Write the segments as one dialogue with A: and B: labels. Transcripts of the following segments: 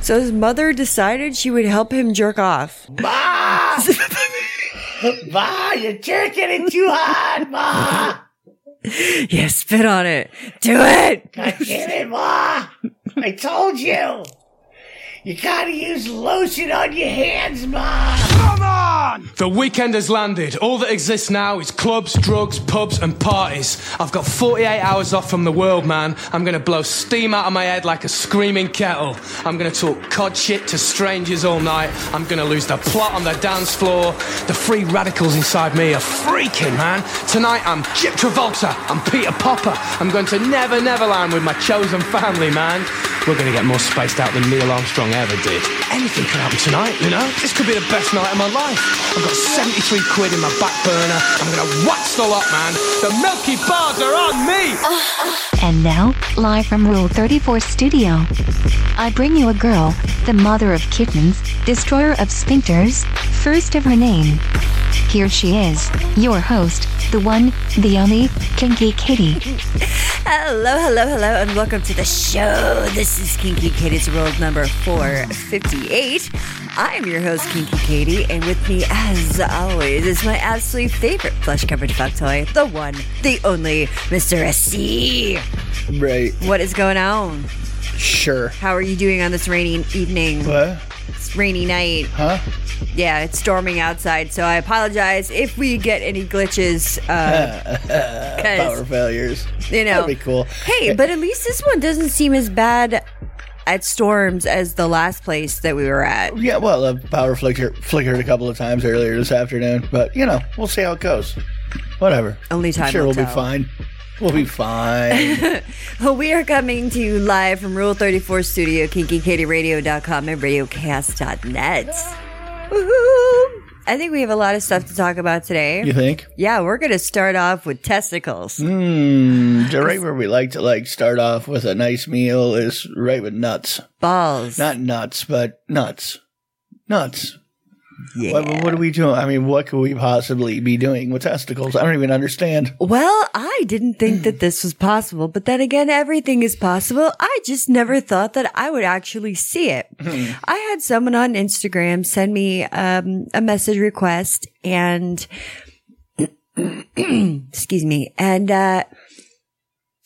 A: So his mother decided she would help him jerk off.
B: Ma! Ma, you're jerking it too hard, Ma!
A: Yeah, spit on it. Do it.
B: God damn it, Ma! I told you! You gotta use lotion on your hands, Ma!
C: Come on! The weekend has landed. All that exists now is clubs, drugs, pubs, and parties. I've got 48 hours off from the world, man. I'm gonna blow steam out of my head like a screaming kettle. I'm gonna talk cod shit to strangers all night. I'm gonna lose the plot on the dance floor. The free radicals inside me are freaking, man. Tonight I'm Chip Travolta. I'm Peter Popper. I'm going to Never Neverland with my chosen family, man. We're gonna get more spaced out than Neil Armstrong ever did. Anything could happen tonight, you know? This could be the best night of my life. I've got 73 quid in my back burner. I'm gonna wax the lot, man. The Milky Bars are on me!
D: And now, live from Rule 34 Studio, I bring you a girl, the mother of kittens, destroyer of sphincters, first of her name. Here she is, your host, the one, the only, Kinky Kitty.
A: Hello, hello, hello, and welcome to the show. This is Kinky Katie's World number 458. I'm your host, Kinky Katie, and with me, as always, is my absolute favorite flesh covered fuck toy, the one, the only, Mr. SC.
E: Right.
A: What is going on?
E: Sure.
A: How are you doing on this rainy evening?
E: What?
A: It's rainy night.
E: Huh?
A: Yeah, it's storming outside, so I apologize if we get any glitches. Uh, 'cause
E: Power failures.
A: you know.
E: That'd be cool.
A: Hey, but at least this one doesn't seem as bad at storms as the last place that we were at.
E: Yeah, well, the power flicker, flickered a couple of times earlier this afternoon, but you know, we'll see how it goes. Whatever.
A: Only time
E: I'm sure
A: will
E: we'll be
A: tell.
E: fine. We'll be fine.
A: We are coming to you live from Rule 34 Studio, KinkyKatieRadio.com, and RadioCast.net. Woohoo! I think we have a lot of stuff to talk about today.
E: you think?
A: Yeah, we're going to start off with testicles.
E: Hmm. so Right where we like to like start off with a nice meal is right with nuts.
A: Balls.
E: Not nuts, but nuts. Nuts.
A: yeah.
E: What, what are we doing? I mean, what could we possibly be doing with testicles? I don't even understand.
A: Well, I didn't think that this was possible, but then again, everything is possible. I just never thought that I would actually see it. I had someone on Instagram send me um, a message request and, excuse me, and, uh,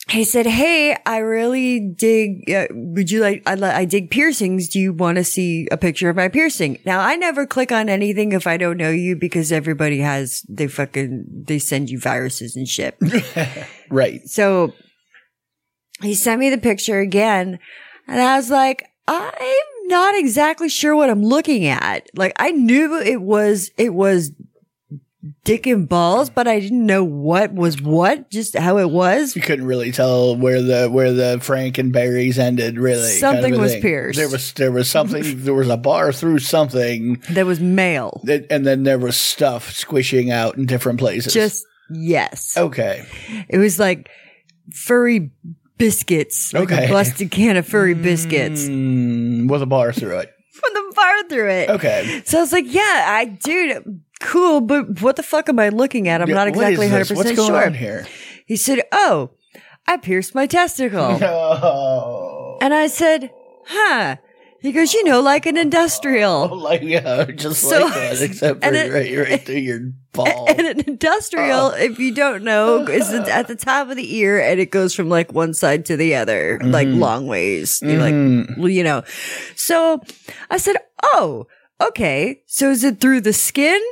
A: he said, "Hey, I really dig. Uh, would you like? I, li- I dig piercings. Do you want to see a picture of my piercing?" Now, I never click on anything if I don't know you because everybody has they fucking they send you viruses and shit.
E: Right.
A: so he sent me the picture again, and I was like, "I'm not exactly sure what I'm looking at." Like, I knew it was it was dick and balls, but I didn't know what was what, just how it was.
E: you couldn't really tell where the where the Frankenberries ended. Really,
A: Something
E: a
A: was
E: thing.
A: pierced.
E: There was there was something. there was a bar through something,
A: There was male.
E: that, and then there was stuff squishing out in different places.
A: Just yes.
E: okay,
A: It was like furry biscuits. Like a
E: Okay.
A: busted can of furry biscuits.
E: Mm, with a bar through it.
A: From the bar through it.
E: Okay,
A: So I was like, yeah, I dude, cool, but what the fuck am I looking at? I'm not
E: What is
A: exactly
E: this?
A: 100%
E: What's going
A: sure.
E: on here?
A: He said, "Oh, I pierced my testicle."
E: Oh,
A: and I said, "Huh." He goes, "You know, like an industrial."
E: like yeah, just
A: So-
E: like that, except for
A: and it-
E: right, right through your ball.
A: And an industrial,
E: Oh.
A: if you don't know, is at the top of the ear and it goes from like one side to the other, like
E: Mm-hmm.
A: long ways, you like, well, you know. So I said, Oh, okay. So is it through the skin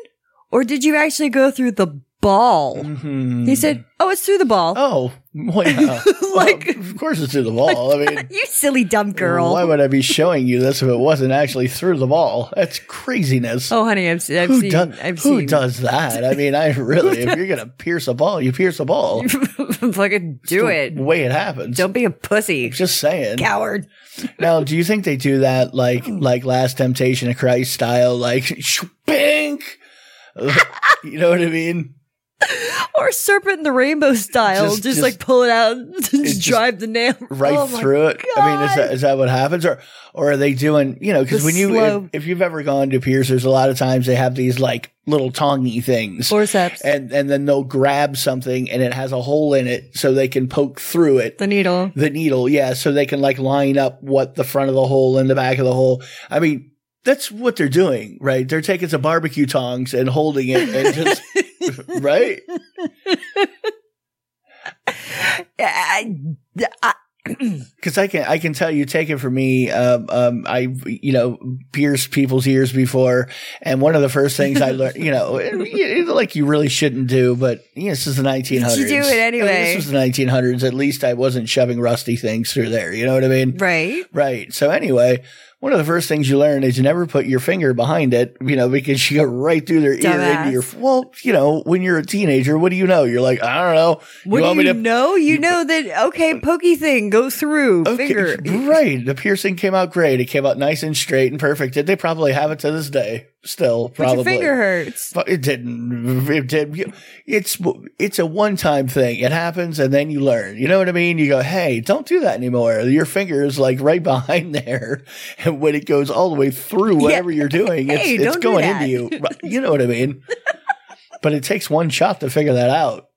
A: or did you actually go through the ball? He said, Oh, it's through the ball.
E: Mm-hmm. oh, well, yeah.
A: Like-
E: of course it's through the wall. I mean,
A: You silly dumb girl.
E: Why would I be showing you this if it wasn't actually through the ball? That's craziness.
A: oh, honey, I've, se- I've
E: who
A: seen,
E: does
A: I've
E: who
A: seen,
E: does that? I mean, I really, if you're gonna pierce a ball, you pierce a ball.
A: fucking do it.
E: The way it happens.
A: Don't be a pussy.
E: Just saying.
A: Coward.
E: Now, do you think they do that like
A: Oh.
E: like Last Temptation of Christ style, like bink? you know what I mean?
A: or serpent in the rainbow style, just,
E: Just- just-
A: like pull it out and just
E: just
A: drive the nail
E: Right
A: Oh my
E: through it. I mean, is
A: God.
E: that is that what happens, or or are they doing? You know, because
A: The
E: when you
A: slow-
E: if, if you've ever gone to piercers, a lot of times they have these like little tongy things.
A: Forceps.
E: And and then they'll grab something and it has a hole in it so they can poke through it.
A: the needle.
E: the needle, yeah, so they can like line up what the front of the hole and the back of the hole. I mean, that's what they're doing, right? They're taking some barbecue tongs and holding it and just right?
A: I, I,
E: Because I can I can tell you, take it from me. Um, um, I you know pierced people's ears before, and one of the first things I learned, you know, it- it- like you really shouldn't do, but you know, this is the 1900s.
A: You do it anyway.
E: I mean, this was the 1900s. At least I wasn't shoving rusty things through there. You know what I mean?
A: right.
E: Right. So anyway, one of the first things you learn is you never put your finger behind it, you know, because you go right through their ear into
A: Dumbass.
E: your. Well, you know, when you're a teenager, what do you know? You're like, I don't know.
A: What
E: want
A: do
E: me
A: you
E: to-
A: know? You know that okay, pokey thing go through finger.
E: Right. The piercing came out great. It came out nice and straight and perfect. Did they probably have it to this day? Still,
A: But
E: probably.
A: your finger hurts.
E: But it didn't. It did. It's it's a one time thing. It happens, and then you learn. You know what I mean? You go, hey, don't do that anymore. Your finger is like right behind there, and when it goes all the way through whatever you're doing, it's,
A: Hey,
E: it's
A: don't do
E: going
A: that.
E: into you. Right. You know what I mean? but it takes one shot to figure that out.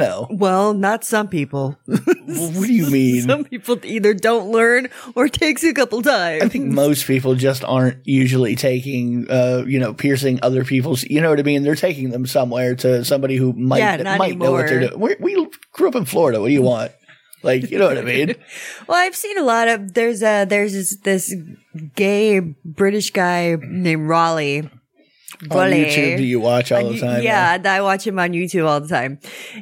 E: know?
A: Well, not some people.
E: Well, what do you mean?
A: Some people either don't learn or takes a couple times.
E: I think most people just aren't usually taking, uh, you know, piercing other people's. You know what I mean? They're taking them somewhere to somebody who might
A: Yeah, not
E: might know what they're doing.
A: anymore.
E: We, we grew up in Florida. What do you want? Like, you know what I mean?
A: Well, I've seen a lot of there's a there's this, this gay British guy named Raleigh.
E: On
A: Raleigh.
E: YouTube, do you watch all
A: On
E: the
A: you-
E: time?
A: Yeah, I watch him on YouTube all the time,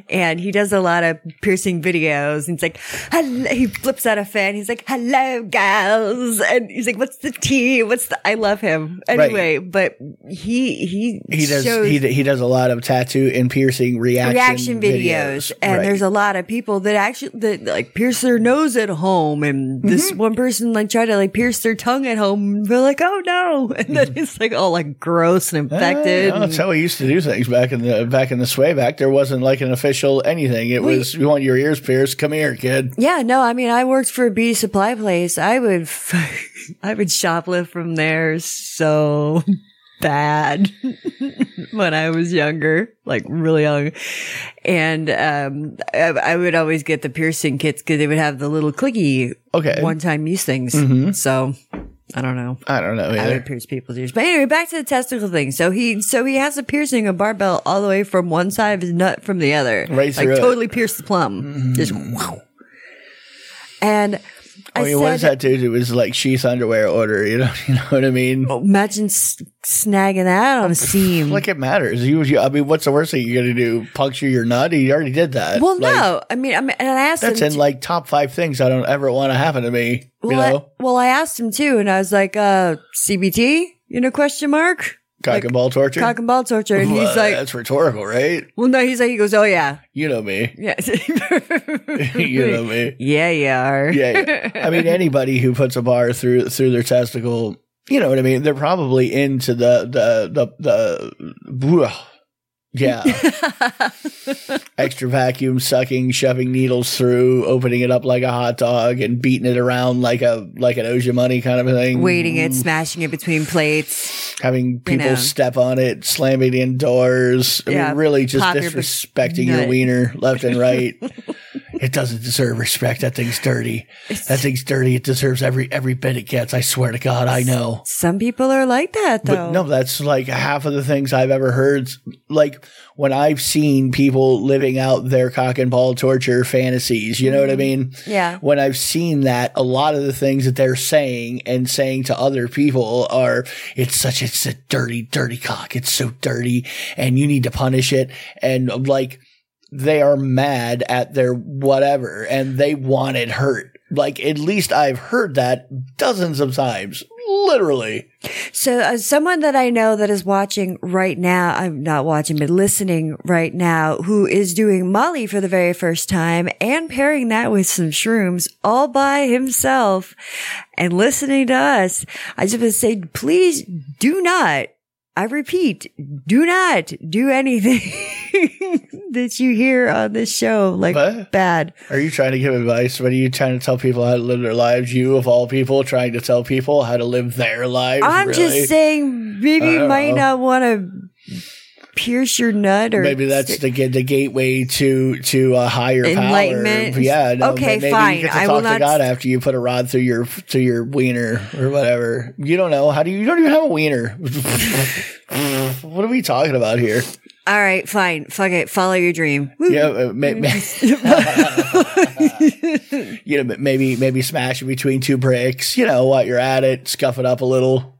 A: and he does a lot of piercing videos. And he's like, "Hello," he flips out a fan. He's like, "Hello, girls," and he's like, "What's the tea? What's the?" I love him anyway, but he he
E: He does.
A: shows
E: He, he does a lot of tattoo and piercing
A: reaction
E: reaction
A: videos, and
E: Right.
A: there's a lot of people that actually that like pierce their nose at home and
E: Mm-hmm.
A: this one person like tried to like pierce their tongue at home and they're like oh no and
E: Mm-hmm.
A: then it's like all like gross and infected
E: Yeah, that's how we used to do things back in the back in the sway back. There wasn't like an official anything. It
A: We-
E: was you want your ears pierced? Come here, kid.
A: yeah no i mean i worked for a beauty supply place i would f- i would shoplift from there so bad when i was younger like really young and um i, I would always get the piercing kits because they would have the little clicky
E: Okay,
A: one time use things. So I don't know.
E: I don't know.
A: I
E: either.
A: would pierce people's ears. But anyway, back to the testicle thing. So he so he has a piercing, a barbell all the way from one side of his nut from the other.
E: Right
A: like
E: through it.
A: totally pierced the plum.
E: Mm-hmm.
A: Just wow. And
E: I
A: I
E: mean, what does
A: said,
E: that do to his like sheath underwear order? You know, you know what I mean.
A: Oh. imagine s- snagging that on a seam.
E: Like it matters. You, you- I mean, what's the worst thing you're gonna do? Puncture your nut? You already did that.
A: well,
E: Like,
A: no. I mean, I mean, and I asked
E: that's
A: him
E: in like top five things I don't ever want to happen to me. You
A: well,
E: know,
A: I, well, I asked him too, and I was like, uh, CBT? You know, question mark?
E: cock
A: like,
E: and ball torture.
A: Cock and ball torture. And
E: Well,
A: he's like,
E: that's rhetorical, right?
A: well, no, he's like, he goes, oh yeah,
E: You know me.
A: Yeah.
E: you know me.
A: Yeah, you are.
E: Yeah, yeah. I mean, anybody who puts a bar through through their testicle, you know what I mean. They're probably into the the the the. Yeah. extra vacuum sucking, shoving needles through, opening it up like a hot dog, and beating it around like a like an Oja money kind of a thing.
A: Waiting it, smashing it between plates.
E: having people
A: know.
E: step on it, slamming it indoors. I
A: Yeah,
E: mean, really just
A: pop your big
E: disrespecting your
A: nut.
E: wiener left and right. it doesn't deserve respect. That thing's dirty. That thing's dirty. It deserves every every bit it gets. I swear to God, I know.
A: Some people are like that though.
E: But no, that's like half of the things I've ever heard. Like when I've seen people living out their cock and ball torture fantasies, you know what I mean?
A: Mm-hmm. Yeah.
E: When I've seen that, a lot of the things that they're saying and saying to other people are, it's such, it's a dirty, dirty cock. It's so dirty and you need to punish it. And like they are mad at their whatever and they want it hurt. Like at least I've heard that dozens of times, literally.
A: So, uh, someone that I know that is watching right now, I'm not watching, but listening right now, who is doing Molly for the very first time and pairing that with some shrooms all by himself and listening to us, I just would say, please do not, I repeat, do not do anything that you hear on this show. Like,
E: What?
A: bad.
E: Are you trying to give advice? What are you trying to tell people how to live their lives? You, of all people, trying to tell people how to live their lives?
A: I'm
E: really? Oh.
A: just saying, maybe
E: I
A: you
E: don't
A: might
E: know.
A: not want to pierce your nut or
E: Maybe that's the ga- the gateway to to a higher
A: Enlightenment.
E: Power. Yeah. No,
A: Okay,
E: may- maybe
A: fine.
E: You get to
A: I
E: talk
A: will
E: to
A: not
E: God after you put a rod through your through your wiener or whatever. You don't know. How do you? You don't even have a wiener. what are we talking about here?
A: all right fine fuck it follow your dream Woo.
E: Yeah. uh, may- may- you know, but maybe maybe smash it between two bricks. You know, while you're at it, scuff it up a little.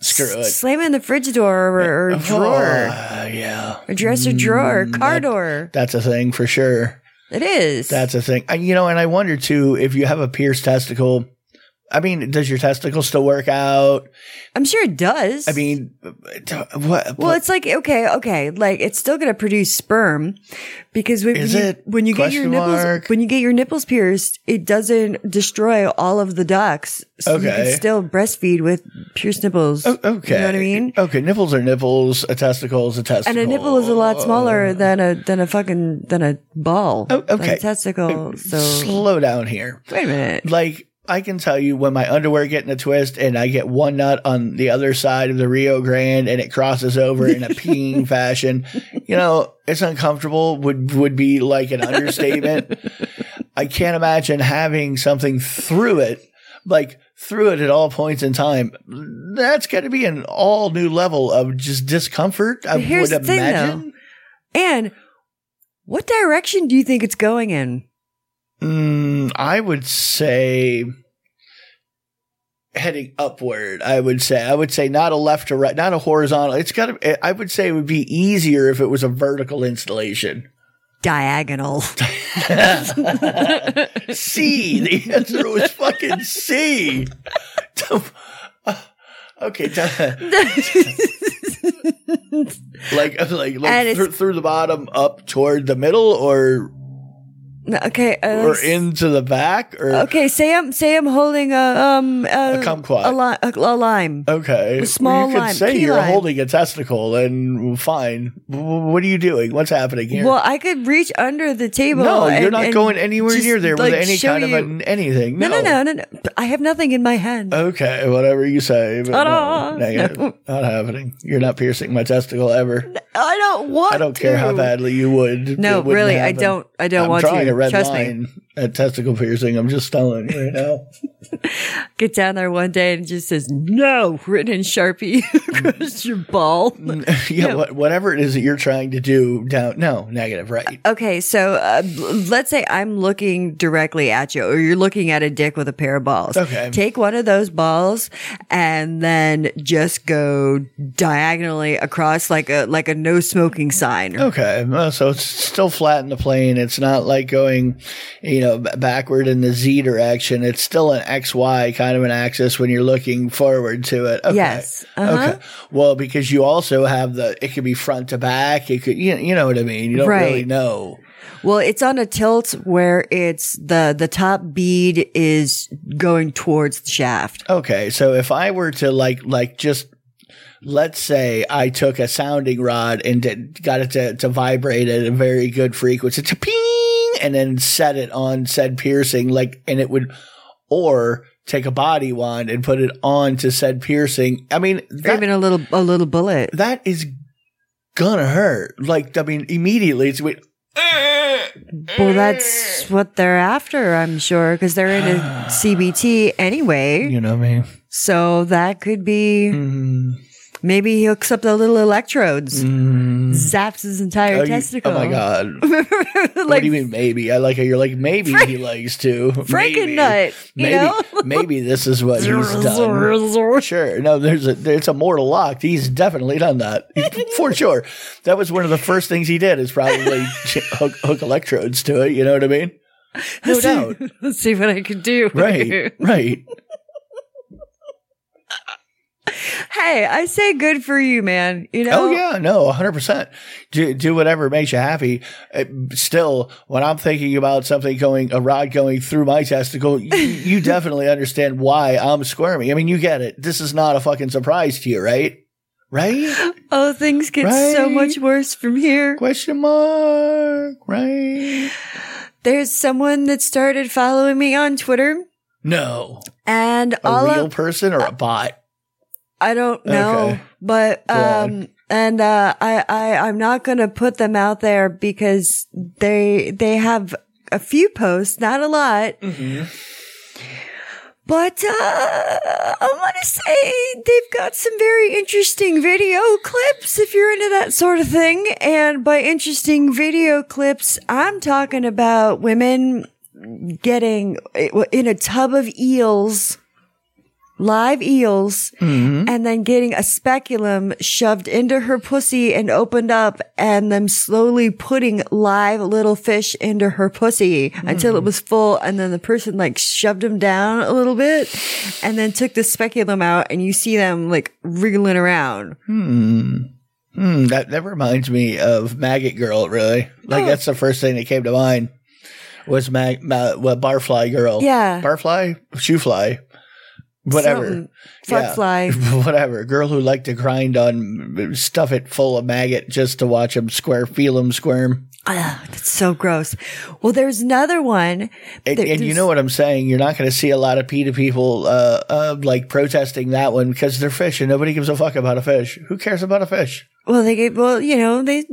E: Screw it.
A: slam it in the fridge door or, or drawer
E: Ah, yeah,
A: or dresser drawer
E: Mm,
A: car door
E: that's a thing for sure.
A: it is
E: That's a thing. And, you know, and I wonder too if you have a pierced testicle. I mean, does your testicle still work out?
A: i'm sure it does
E: I mean, what?
A: Well, it's like okay, okay, like it's still going to produce sperm because when
E: Is
A: you,
E: it?
A: when you get your
E: Question
A: nipples
E: mark.
A: when you get your nipples pierced, it doesn't destroy all of the ducts. So you
E: Okay.
A: can still breastfeed with pierced nipples.
E: okay.
A: you know what I mean.
E: Okay, nipples are nipples. A testicle is a testicle.
A: And a nipple is a lot smaller than a than a fucking than a ball.
E: Oh,
A: than a
E: okay.
A: testicle. So
E: Slow down here.
A: wait a minute.
E: Like I can tell you when my underwear get in a twist and I get one nut on the other side of the Rio Grande and it crosses over in a peeing fashion. You know, it's uncomfortable would would be like an understatement. I can't imagine having something through it, like through it at all points in time. That's got to be an all new level of just discomfort. I
A: But here's
E: would
A: the thing,
E: imagine.
A: And what direction do you think it's going in?
E: Mm, I would say heading upward. I would say I would say not a left to right, not a horizontal. It's got to. I would say it would be easier if it was a vertical installation.
A: Diagonal.
E: C. The answer was fucking C. okay. d- like uh,
A: And
E: like, like
A: it's-
E: through, through the bottom up toward the middle or
A: okay. Uh,
E: or into the back or
A: Okay, say I'm say I'm holding a um a,
E: kumquat.
A: a, li- a, a lime.
E: Okay.
A: A small
E: you could
A: lime,
E: say
A: key
E: you're
A: lime.
E: holding a testicle, and fine. W- What are you doing? What's happening here?
A: well, I could reach under the table.
E: no, you're
A: and-
E: not
A: and
E: going anywhere
A: just,
E: near there
A: like,
E: with any
A: show
E: kind
A: you-
E: of a, Uh, anything.
A: no,
E: No.
A: no, no, no, no. I have nothing in my hand.
E: Okay, whatever you say. But
A: Ta-da!
E: no, negative.
A: No.
E: Not happening. You're not piercing my testicle ever.
A: I don't want.
E: I don't care how
A: to.
E: badly you would.
A: No,
E: It wouldn't
A: really, I
E: happen.
A: don't. I don't
E: I'm
A: want
E: drawing
A: to.
E: a red
A: Trust me.
E: line at testicle piercing. I'm just telling you right now.
A: Get down there one day and it just says no written in sharpie across your ball.
E: yeah, what, whatever it is that you're trying to do, down. No, negative. Right.
A: Okay, so uh, let's say I'm looking directly at you, or you're looking at a dick with a pair of balls.
E: Okay.
A: Take one of those balls and then just go diagonally across like a like a no smoking sign.
E: Okay, well, so it's still flat in the plane. It's not like going, you know, b- backward in the z direction. It's still an x y kind of an axis when you're looking forward to it. Okay.
A: Yes. Uh-huh.
E: Okay. Well, because you also have the it could be front to back. It could you, you know what I mean. You don't really
A: Right.
E: know.
A: Well, it's on a tilt where it's the the top bead is going towards the shaft.
E: Okay, so if I were to like like just let's say I took a sounding rod and did, got it to, to vibrate at a very good frequency, to ping, and then set it on said piercing, like, and it would, or take a body wand and put it on to said piercing. I mean,
A: Or
E: that,
A: even a little a little bullet.
E: that is gonna hurt. Like, I mean, immediately it's wait,
A: Well, that's what they're after, I'm sure, because they're in a CBT anyway.
E: you know me.
A: So that could be
E: Mm,
A: maybe he hooks up the little electrodes,
E: mm.
A: zaps his entire
E: Oh, you-
A: testicle.
E: oh my god.
A: like
E: what do you mean maybe? I like how you're like maybe he likes to. Maybe.
A: Frankenut, you
E: Maybe,
A: know?
E: maybe this is what he's done. Sure, no, there's a it's a mortal lock. He's definitely done that for sure. That was one of the first things he did is probably ch- hook, hook electrodes to it. You know what I mean? No doubt.
A: let's see what I can do.
E: Right, right.
A: Hey, I say good for you, man. You know?
E: Oh yeah, no, hundred percent. Do do whatever makes you happy. Uh, still, when I'm thinking about something going a rod going through my testicle, you, you definitely understand why I'm squirming. I mean, you get it. This is not a fucking surprise to you, right? Right?
A: Oh, things get so
E: Right?
A: much worse from here.
E: Question mark? Right?
A: There's someone that started following me on Twitter,
E: No,
A: and
E: a
A: all
E: real
A: of
E: person or a bot?
A: I don't know,
E: Okay.
A: but
E: Go on.
A: um, and uh, I, I I'm not going to put them out there because they they have a few posts, not a lot.
E: Mm-hmm.
A: But uh, I want to say they've got some very interesting video clips if you're into that sort of thing. And by interesting video clips, I'm talking about women getting eh, in a tub of eels, live eels, and then getting a speculum shoved into her pussy and opened up, and then slowly putting live little fish into her pussy until it was full. And then the person like shoved them down a little bit and then took the speculum out, and you see them like wriggling around.
E: Hmm, that, that reminds me of Maggot Girl, really. Like, that's the first thing that came to mind was Mag, ma- what, Barfly Girl.
A: Yeah.
E: Barfly? Shoefly. Whatever.
A: Something. Fuck
E: Yeah.
A: fly.
E: Whatever. Girl who liked to grind on, stuff it full of maggot just to watch him square, feel him squirm.
A: Ah, that's so gross. Well, there's another one.
E: And,
A: There-
E: and you
A: there's-
E: know what I'm saying? You're not going to see a lot of PETA people, uh, uh, like protesting that one because they're fish and nobody gives a fuck about a fish. Who cares about a fish?
A: Well, they get well, you know, they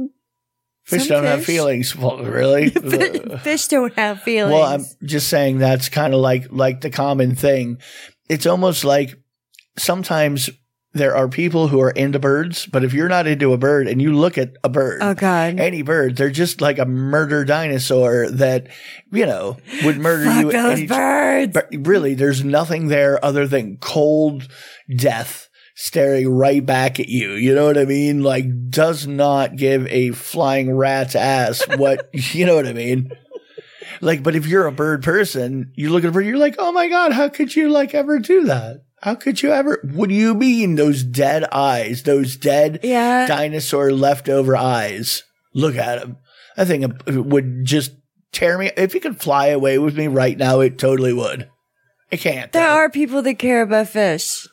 E: Fish
A: Some
E: don't have
A: fish.
E: feelings. Well, really?
A: fish don't have feelings.
E: Well, I'm just saying that's kind of like like the common thing. It's almost like sometimes there are people who are into birds, but if you're not into a bird and you look at a bird,
A: oh god,
E: any bird, they're just like a murder dinosaur that you know would murder
A: fuck
E: you. at
A: those
E: any-
A: birds.
E: but really, there's nothing there other than cold death staring right back at you. You know what I mean? Like, does not give a flying rat's ass what, you know what I mean? Like, but if you're a bird person, you look at a bird, you're like, oh my God, how could you like ever do that? How could you ever? What do you mean those dead eyes, those dead
A: Yeah.
E: dinosaur leftover eyes? Look at them. I think it would just tear me. If it could fly away with me right now, it totally would. It can't.
A: there
E: though.
A: are people that care about fish.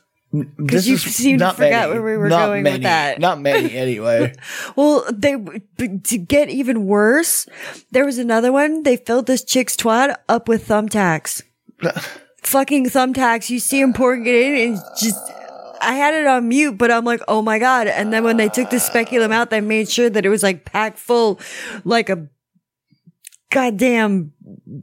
E: This
A: you
E: is
A: seem to
E: not
A: forget
E: many,
A: where we were
E: not
A: going with
E: many,
A: that.
E: Not many, anyway.
A: Well, they but to get even worse. There was another one. They filled this chick's twat up with thumbtacks. Fucking thumbtacks. You see him pouring it in, and it's just. I had it on mute, but I'm like, oh my god! And then when they took the speculum out, they made sure that it was like packed full, like a goddamn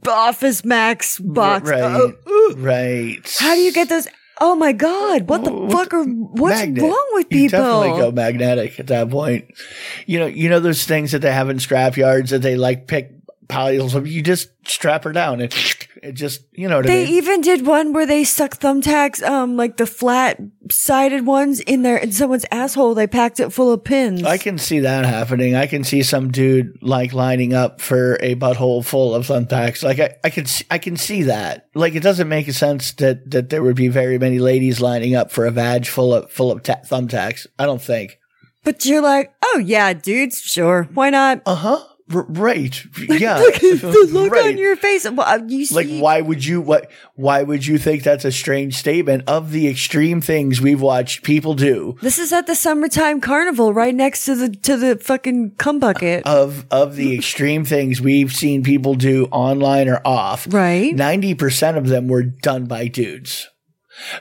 A: Office Max box.
E: right,
A: Oh, ooh.
E: right.
A: How do you get those? Oh my God! What the fuck are what's
E: Magnet.
A: wrong with
E: You
A: people?
E: definitely go magnetic at that point. You know, you know those things that they have in scrap yards that they like pick piles of. You just strap her down and it just, you know what I
A: they
E: mean.
A: even did one where they stuck thumbtacks, um, like the flat sided ones in there in someone's asshole. They packed it full of pins.
E: I can see that happening. I can see some dude like lining up for a butthole full of thumbtacks. Like I, I can, see, I can see that. Like it doesn't make sense that that there would be very many ladies lining up for a vag full of full of ta- thumbtacks. I don't think.
A: but you're like, oh yeah, dudes, sure, why not?
E: Uh huh. R- right. Yeah.
A: look Uh-huh. the look
E: Right.
A: on your face. Well, uh, you see,
E: like why would you what why would you think that's a strange statement of the extreme things we've watched people do
A: this is at the summertime carnival, right next to the to the fucking cum bucket.
E: of of the extreme things we've seen people do online or off
A: Right.
E: 90% of them were done by dudes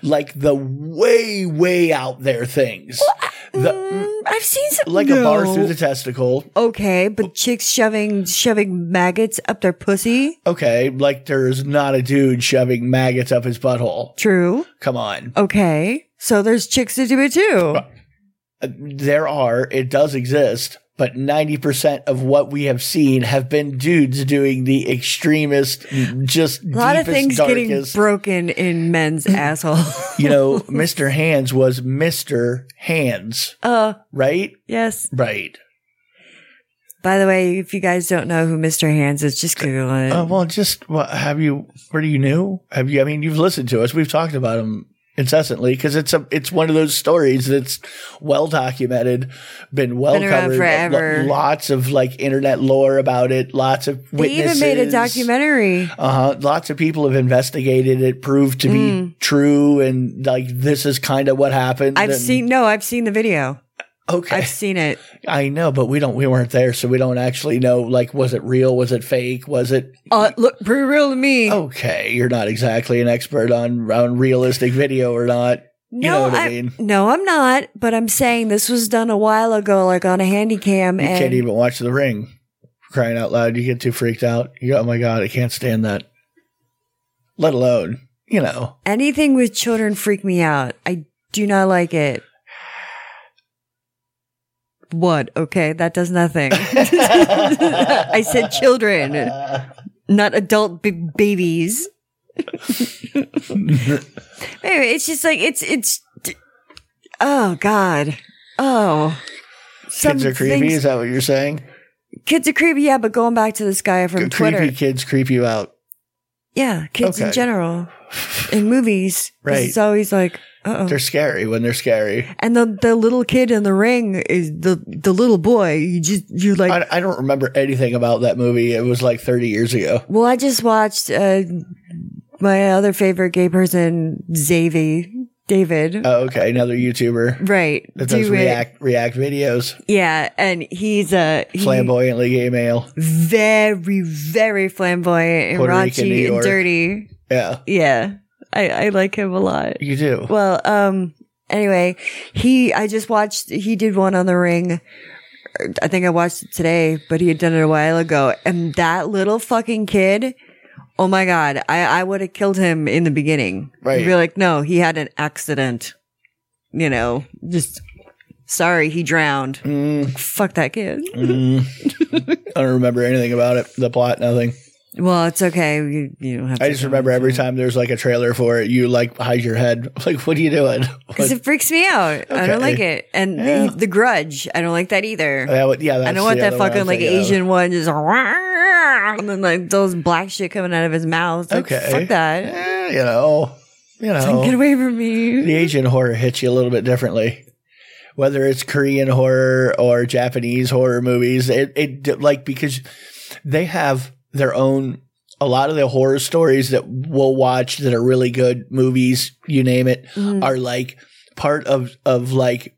E: like the way way out there things the,
A: Mm, I've seen some
E: like a bar through
A: No.
E: the testicle
A: Okay, but chicks shoving shoving maggots up their pussy.
E: okay like there's not a dude shoving maggots up his butthole
A: True.
E: come on
A: Okay. So there's chicks that do it too.
E: Uh, there are it does exist but 90% of what we have seen have been dudes doing the extremist just
A: A lot of
E: deepest,
A: things getting
E: darkest
A: broken in men's asshole.
E: you know mr hands was mr hands
A: uh,
E: right
A: yes.
E: right
A: By the way, if you guys don't know who Mr. Hands is, just Google it.
E: uh, well just what have you where do you know have you i mean you've listened to us we've talked about him incessantly because it's a it's one of those stories that's well documented been well
A: Been around
E: covered
A: forever.
E: lots of like internet lore about it lots of
A: they even
E: witnesses
A: made a documentary.
E: Uh huh. Lots of people have investigated it, proved to be true, and like this is kind of what happened.
A: Mm. I've
E: and-
A: seen no, I've seen the video.
E: Okay,
A: I've seen it.
E: I know, but we don't. We weren't there, so we don't actually know. Like, was it real? Was it fake? Was it
A: Oh, it looked
E: Oh,
A: pretty real to me.
E: okay? You're not exactly an expert on on realistic video or not. know
A: No,
E: what I
A: I-
E: mean.
A: no, I'm not. But I'm saying this was done a while ago, like on a handy cam,
E: You
A: and
E: can't even watch The Ring. Crying out loud, you get too freaked out. You go, oh my god, I can't stand that. Let alone, you know,
A: anything with children freak me out. I do not like it. What? Okay, that does nothing. I said children, not adult b- babies. anyway, it's just like it's it's. Oh God! Oh,
E: kids are creepy. Is that what you're saying?
A: Kids are creepy, yeah, but going back to this guy from Twitter.
E: Creepy kids creep you out.
A: Yeah, kids in
E: Okay.
A: general. In movies. 'cause
E: Right.
A: It's always like, uh oh.
E: They're scary when they're scary.
A: And the the little kid in the ring is the the little boy. You just you like
E: I, I don't remember anything about that movie. It was like 30 years ago.
A: Well, I just watched uh my other favorite gay person, Xavi, David.
E: Oh, okay, another YouTuber
A: right.
E: that does
A: do it.
E: react react videos.
A: Yeah, and he's a he,
E: Flamboyantly gay male.
A: very, very flamboyant and
E: Puerto Rican, New
A: raunchy and
E: York.
A: dirty.
E: Yeah,
A: Yeah. I, I like him a lot.
E: you do.
A: Well, um, anyway, he, I just watched, he did one on the ring. I think I watched it today, but he had done it a while ago. And that little fucking kid, oh my God, I, I would have killed him in the beginning.
E: Right.
A: I'd be like, no, he had an accident. You know, just sorry, he drowned.
E: Mm.
A: Fuck that kid.
E: I don't remember anything about it. The plot, nothing.
A: Well, it's okay. You, you don't have to.
E: I just remember every time there's like a trailer for it, you like hide your head. Like, what are you doing?
A: Because it freaks me out. I don't
E: Okay.
A: like it. And
E: Yeah.
A: the, the grudge, I don't like that either.
E: That would- yeah, that's
A: I don't
E: the
A: want that
E: other one I'm
A: fucking like
E: thinking of.
A: Asian one just and then like those black shit coming out of his mouth. Like,
E: Okay. Oh.
A: fuck that.
E: Eh, you know, you know.
A: Get away from me.
E: The Asian horror hits you a little bit differently. Whether it's Korean horror or Japanese horror movies, it, it like because they have their own a lot of the horror stories that we'll watch that are really good movies, you name it,
A: Mm-hmm. Mm.
E: are like part of of like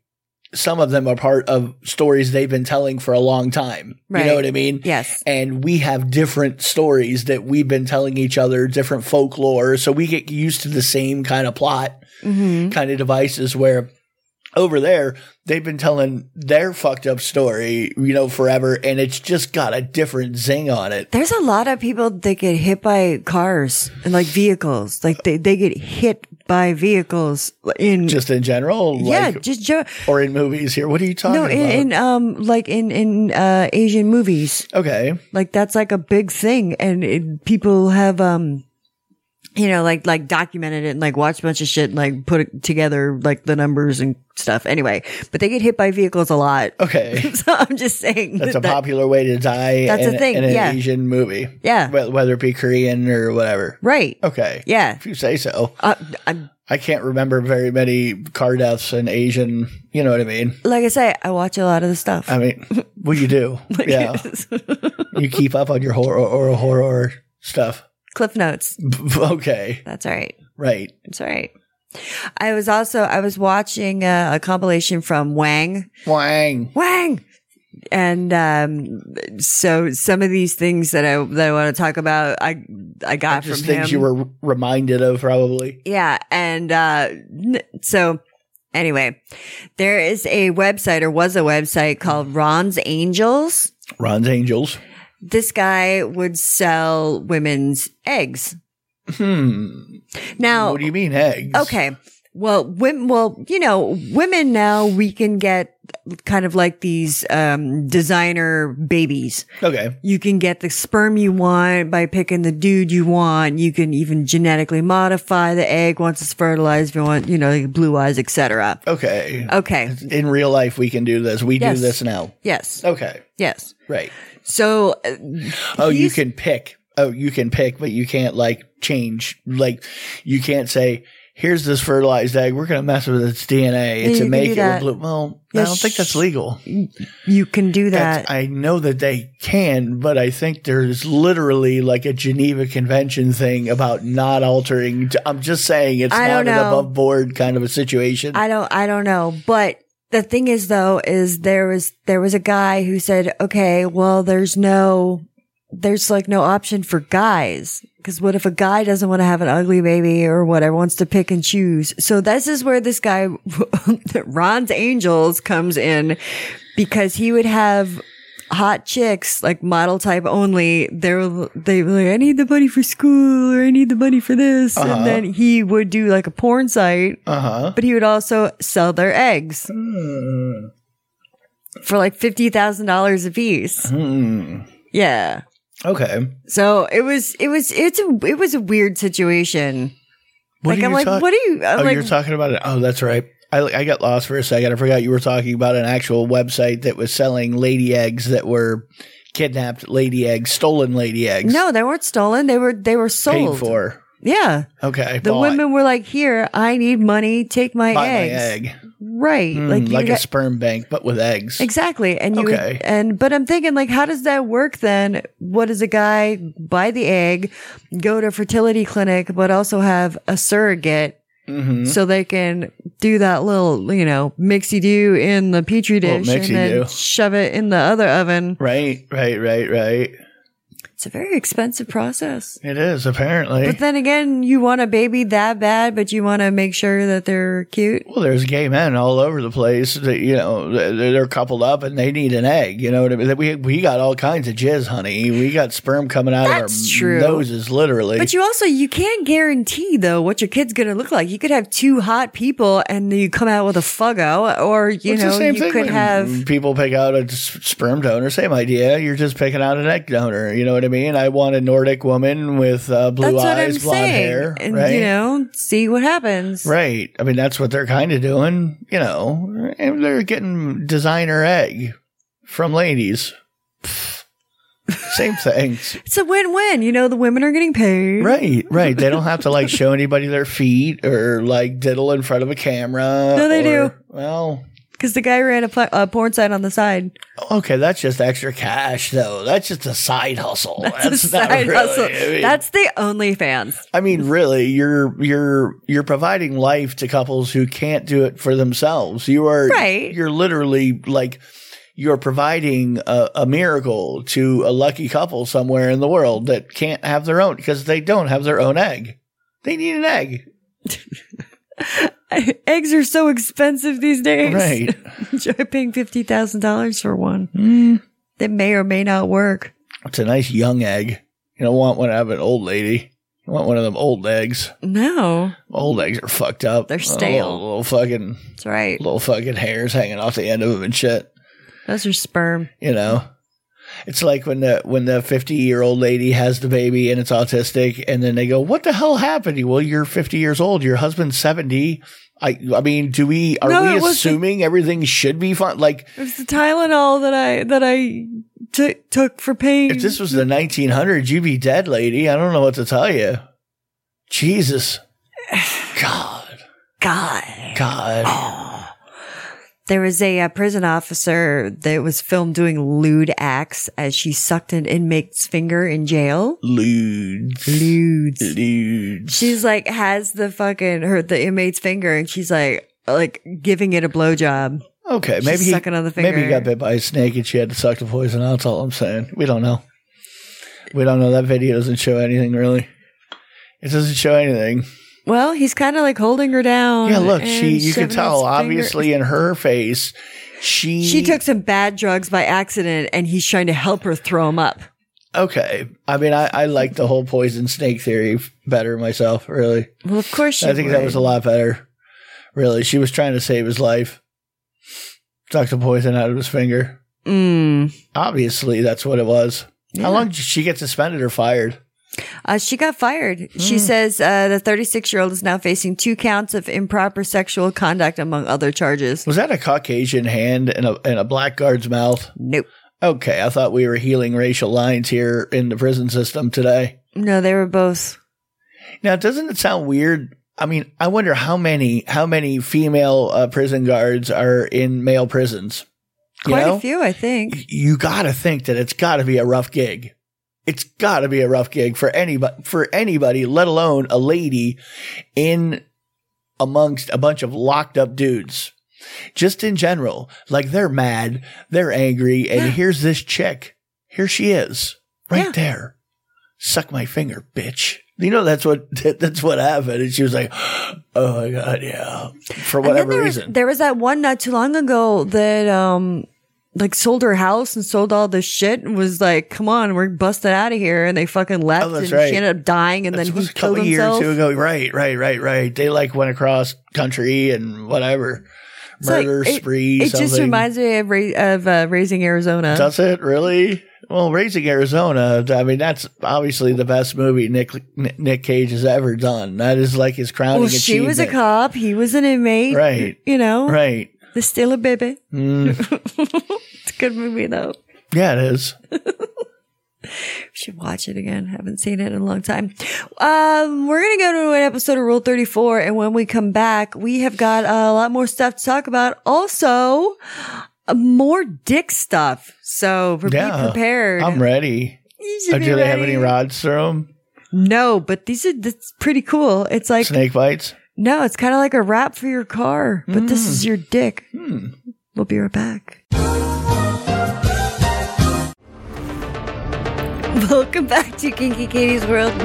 E: some of them are part of stories they've been telling for a long time. You
A: Right.
E: know what I mean?
A: Yes.
E: and we have different stories that we've been telling each other, different folklore. So we get used to the same kind of plot,
A: Mm-hmm.
E: kind of devices where over there they've been telling their fucked up story, you know, forever. And it's just got a different zing on it.
A: There's a lot of people that get hit by cars and like vehicles. Like they, they get hit by vehicles in
E: Just in general,
A: yeah,
E: like,
A: just jo-
E: or in movies here. What are you talking
A: no
E: about?
A: in, in um like in in uh Asian movies.
E: okay.
A: Like that's like a big thing, and it, people have um, you know, like like documented it and like watched a bunch of shit and like put it together like the numbers and stuff. Anyway, but they get hit by vehicles a lot.
E: Okay.
A: So I'm just saying
E: That's a
A: that-
E: popular way to die
A: That's
E: in,
A: a thing,
E: in an
A: yeah.
E: Asian movie.
A: Yeah.
E: Wh- Whether it be Korean or whatever.
A: right?
E: Okay.
A: Yeah.
E: If you say so.
A: Uh, I'm,
E: I can't remember very many car deaths in Asian. You know what I mean?
A: like I say, I watch a lot of the stuff.
E: I mean, what you do? yeah, you keep up on your horror or horror stuff.
A: Cliff notes.
E: Okay,
A: That's all right.
E: right.
A: It's all right. I was also I was watching a, a compilation from Wang
E: Wang.
A: Wang. And um, so some of these things that I that I want to talk about, I I got
E: Just
A: from
E: things
A: him.
E: you were reminded of, probably.
A: yeah, and uh, n- so anyway, there is a website or was a website called Ron's Angels.
E: Ron's Angels.
A: This guy would sell women's eggs.
E: Hmm.
A: Now,
E: What do you mean eggs?
A: Oh. Okay. Well, women, well, you know, women now we can get kind of like these um, designer babies.
E: Okay.
A: You can get the sperm you want by picking the dude you want. You can even genetically modify the egg once it's fertilized. If you want, you know, like blue eyes, etc.
E: Okay.
A: Okay.
E: In real life, we can do this. We
A: Uh, Yes.
E: do this now.
A: Yes.
E: Okay.
A: Yes.
E: Right.
A: So, uh,
E: Oh, you
A: He's-
E: can pick. Oh, you can pick, but you can't like change. Like you can't say, "Here's this fertilized egg. We're going to mess with its DNA
A: you
E: to
A: can do
E: make it
A: that.
E: with blue." Well, I
A: Yeah,
E: don't think that's
A: sh-
E: legal.
A: you can do
E: That's,
A: that.
E: I know that they can, but I think there's literally like a Geneva Convention thing about not altering. I'm just saying it's
A: I
E: not
A: don't
E: an
A: know.
E: above board kind of a situation.
A: I don't I don't know. But the thing is though, is there was there was a guy who said, Okay, well there's no there's like no option for guys Because what if a guy doesn't want to have an ugly baby or whatever, wants to pick and choose? So this is where this guy, Ron's Angels, comes in because he would have hot chicks, like model type only. They were, they were like, I need the money for school or I need the money for this. And then he would do like a porn site, but he would also sell their eggs for like $50,000 a piece. Yeah.
E: Okay.
A: So it was, it was, it's a, it was a weird situation.
E: What
A: Like,
E: are
A: I'm
E: you
A: like,
E: talk-
A: what are you- I'm
E: oh,
A: like-
E: you're talking about it. Oh, that's right. I, I got lost for a second. I forgot you were talking about an actual website that was selling lady eggs that were kidnapped lady eggs, stolen lady eggs.
A: No, they weren't stolen. They were, they were
E: paid
A: sold.
E: for.
A: Yeah.
E: Okay.
A: The
E: bought.
A: women were like, here, I need money. Take my
E: Bought
A: eggs.
E: my egg.
A: Right.
E: Mm,
A: like
E: like
A: you
E: a
A: got-
E: sperm bank, but with eggs.
A: Exactly. And you would-
E: Okay.
A: and but I'm thinking like how does that work then? What does a guy buy the egg, go to a fertility clinic, but also have a surrogate
E: Mhm.
A: so they can do that little, you know, mixy do in the petri
E: Little
A: dish and
E: mixy-do.
A: then shove it in the other oven.
E: Right, right, right, right.
A: It's a very expensive process.
E: It is apparently.
A: But then again, you want a baby that bad, but you want to make sure that they're cute.
E: well, there's gay men all over the place. That, you know, they're, they're coupled up and they need an egg. You know what I mean? We we got all kinds of jizz, honey. We got sperm coming out of
A: That's
E: our
A: true.
E: noses, literally.
A: But you also you can't guarantee though what your kid's gonna look like. You could have two hot people and you come out with a fuggo, or you
E: It's the
A: know
E: same
A: you
E: thing
A: could
E: when
A: have.
E: Mm-hmm. people pick out a s- sperm donor. Same idea. You're just picking out an egg donor. You know what I mean? I want a Nordic woman with uh, blue
A: That's what I'm
E: eyes, blonde
A: saying,
E: hair,
A: and
E: right?
A: you know see what happens.
E: Right. I mean, that's what they're kind of doing, you know, and they're getting designer egg from ladies. Pfft. Same things.
A: It's a win-win. You know the women are getting paid.
E: Right, right. They don't have to like show anybody their feet or like diddle in front of a camera.
A: No, they
E: or-
A: do.
E: Well,
A: Because the guy ran a, pl- a porn site on the side.
E: okay, that's just extra cash though. That's just a side hustle. That's, not
A: Side
E: really.
A: hustle.
E: I mean-
A: That's the OnlyFans.
E: I mean, really, you're you're you're providing life to couples who can't do it for themselves. You are
A: Right.
E: You're literally like you're providing a, a miracle to a lucky couple somewhere in the world that can't have their own because they don't have their own egg. They need an egg,
A: Eggs are so expensive these days.
E: right?
A: Try paying fifty thousand dollars for one.
E: Hmm.
A: That may or may not work.
E: It's a nice young egg. You don't want one out of an old lady. You want one of them old eggs.
A: No,
E: Old eggs are fucked up. Uh,
A: They're
E: Little-
A: stale.
E: little fucking
A: that's right.
E: little fucking hairs hanging off the end of them and shit.
A: Those are sperm.
E: you know it's like when the when the 50 year old lady has the baby and it's autistic and then they go what the hell happened to you well you're 50 years old your husband's 70 i i mean do we are
A: No,
E: we
A: it wasn't.
E: assuming everything should be fine like
A: It was the Tylenol that I that I t- took for pain.
E: if this was the 1900s you'd be dead lady i don't know what to tell you jesus god
A: God,
E: god
A: there was a, uh prison officer that was filmed doing lewd acts as she sucked an inmate's finger in jail.
E: ludes
A: Lewds.
E: ludes
A: She's like has the fucking her the inmate's finger, and she's like like giving it a blowjob.
E: okay
A: She's
E: maybe he-
A: sucking on the
E: maybe he got
A: finger.
E: bit by a snake and she had to suck the poison out that's all i'm saying we don't know we don't know that video doesn't show anything really it doesn't show anything
A: Well, he's kind of like holding her down.
E: yeah look
A: and
E: she you
A: shoving
E: can
A: his
E: tell
A: finger-
E: obviously in her face she
A: She took some bad drugs by accident, and he's trying to help her throw them up.
E: okay i mean i, I like the whole poison snake theory f- better myself really
A: Well, of course she.
E: i think that
A: would.
E: was a lot better really she was trying to save his life sucked the poison out of his finger
A: Mm.
E: obviously that's what it was how long did she get suspended or fired
A: Uh, she got fired.
E: Hmm.
A: She says uh, the 36 year old is now facing two counts of improper sexual conduct, among other charges.
E: Was that a Caucasian hand and a, and a blackguard's mouth?
A: Nope.
E: Okay, I thought we were healing racial lines here in the prison system today.
A: No, they were both.
E: Now, doesn't it sound weird? I mean, I wonder how many how many female uh, prison guards are in male prisons. You
A: Quite
E: know?
A: a few, I think.
E: You got to think that it's got to be a rough gig. It's got to be a rough gig for anybody for anybody, let alone a lady in amongst a bunch of locked up dudes. Just in general, like they're mad, they're angry, and here's this chick. Here she is, right
A: Yeah.
E: there, suck my finger, bitch. You know that's what that's what happened, and she was like, "Oh my god, yeah." For
A: And
E: whatever
A: there was,
E: reason,
A: there was that one not too long ago that um like sold her house and sold all this shit and was like, "Come on, we're busted out of here," and they fucking left,
E: Oh, that's
A: and
E: right.
A: she ended up dying, and
E: That's
A: then he
E: was a couple
A: killed
E: years
A: himself.
E: two ago. Right, right, right, right. They like went across country and whatever
A: It's like,
E: murder
A: it-
E: spree.
A: It
E: something.
A: just reminds me of, ra- of uh, raising Arizona.
E: Does it really? Well, Raising Arizona. I mean, that's obviously the best movie Nick Nick Cage has ever done. That is like his crowning
A: well, she was a
E: achievement.
A: cop, he was an inmate,
E: Right.
A: You know,
E: Right.
A: They steal a baby.
E: Mm.
A: it's a good movie though.
E: Yeah, it is.
A: should watch it again. Haven't seen it in a long time. Um, we're gonna go to an episode of Rule Thirty Four, and when we come back, we have got a lot more stuff to talk about. Also, uh, more dick stuff. So pre-
E: Yeah.
A: be prepared.
E: I'm ready.
A: You should
E: Uh,
A: be
E: do they have
A: ready.
E: any rods through them?
A: No, but these are that's pretty cool. It's like
E: Snake bites?
A: no, it's kind of like a wrap for your car, but this is your dick. We'll be right back. Welcome back to Kinky Katie's World.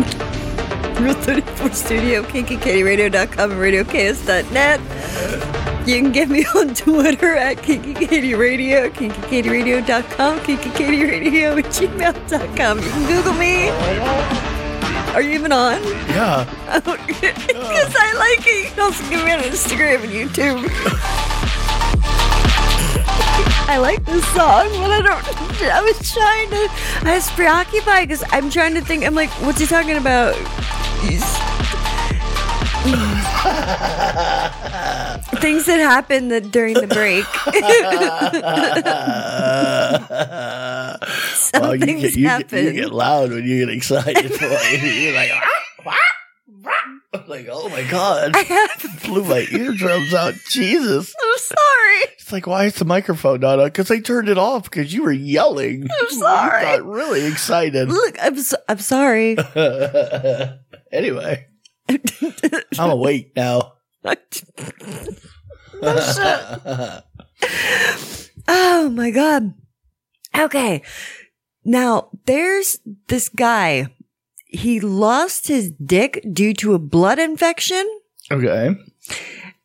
A: Rule 34 Studio, KinkyKatieRadio.com and RadioKS.net. You can get me on Twitter at KinkyKatieRadio, KinkyKatieRadio.com, KinkyKatieRadio at gmail.com. You can Google me. Are you even on?
E: Yeah.
A: Because I like it. You can also get me on Instagram and YouTube. I like this song, but I don't. I was trying to. I was preoccupied because I'm trying to think. I'm like, what's he talking about? He's- Things that happened that during the break.
E: Well, you
A: Something's
E: get, you, get, you
A: happened.
E: get loud when you get excited. boy. You're like, ah, ah, ah. I'm like, oh my god,
A: I have.
E: blew my eardrums out. Jesus.
A: I'm sorry.
E: It's like, why is the microphone not on? Because I turned it off because you were yelling. I'm
A: sorry.
E: got really excited.
A: Look, I'm. So, I'm sorry.
E: anyway, I'm awake now.
A: Oh my God. Okay. Now there's this guy. He lost his dick due to a blood infection.
E: Okay.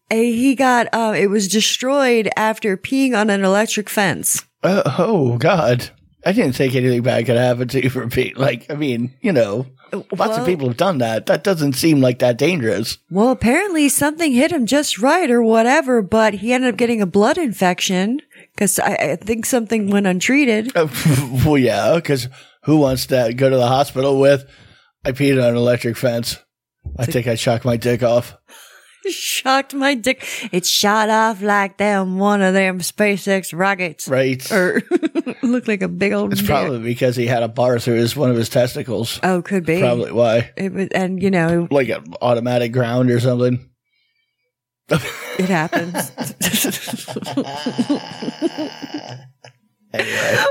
A: And He got, uh, it was destroyed after peeing on an electric fence.
E: Uh, oh God. I didn't think anything bad could happen to you for being like, I mean, you know, lots
A: Well-
E: of people have done that. That doesn't seem like that dangerous.
A: Well, apparently something hit him just right or whatever, but he ended up getting a blood infection because I, I think something went untreated.
E: Uh, well, yeah, because who wants to go to the hospital with, I peed on an electric fence. I think I shocked my dick off.
A: Shocked my dick. It shot off like them one of them SpaceX rockets.
E: Right.
A: Or looked like a big old.
E: it's
A: dick.
E: probably because he had a bar through his one of his testicles.
A: Oh, could be.
E: Probably why.
A: It was, and you know,
E: Like an automatic ground or something.
A: it happens.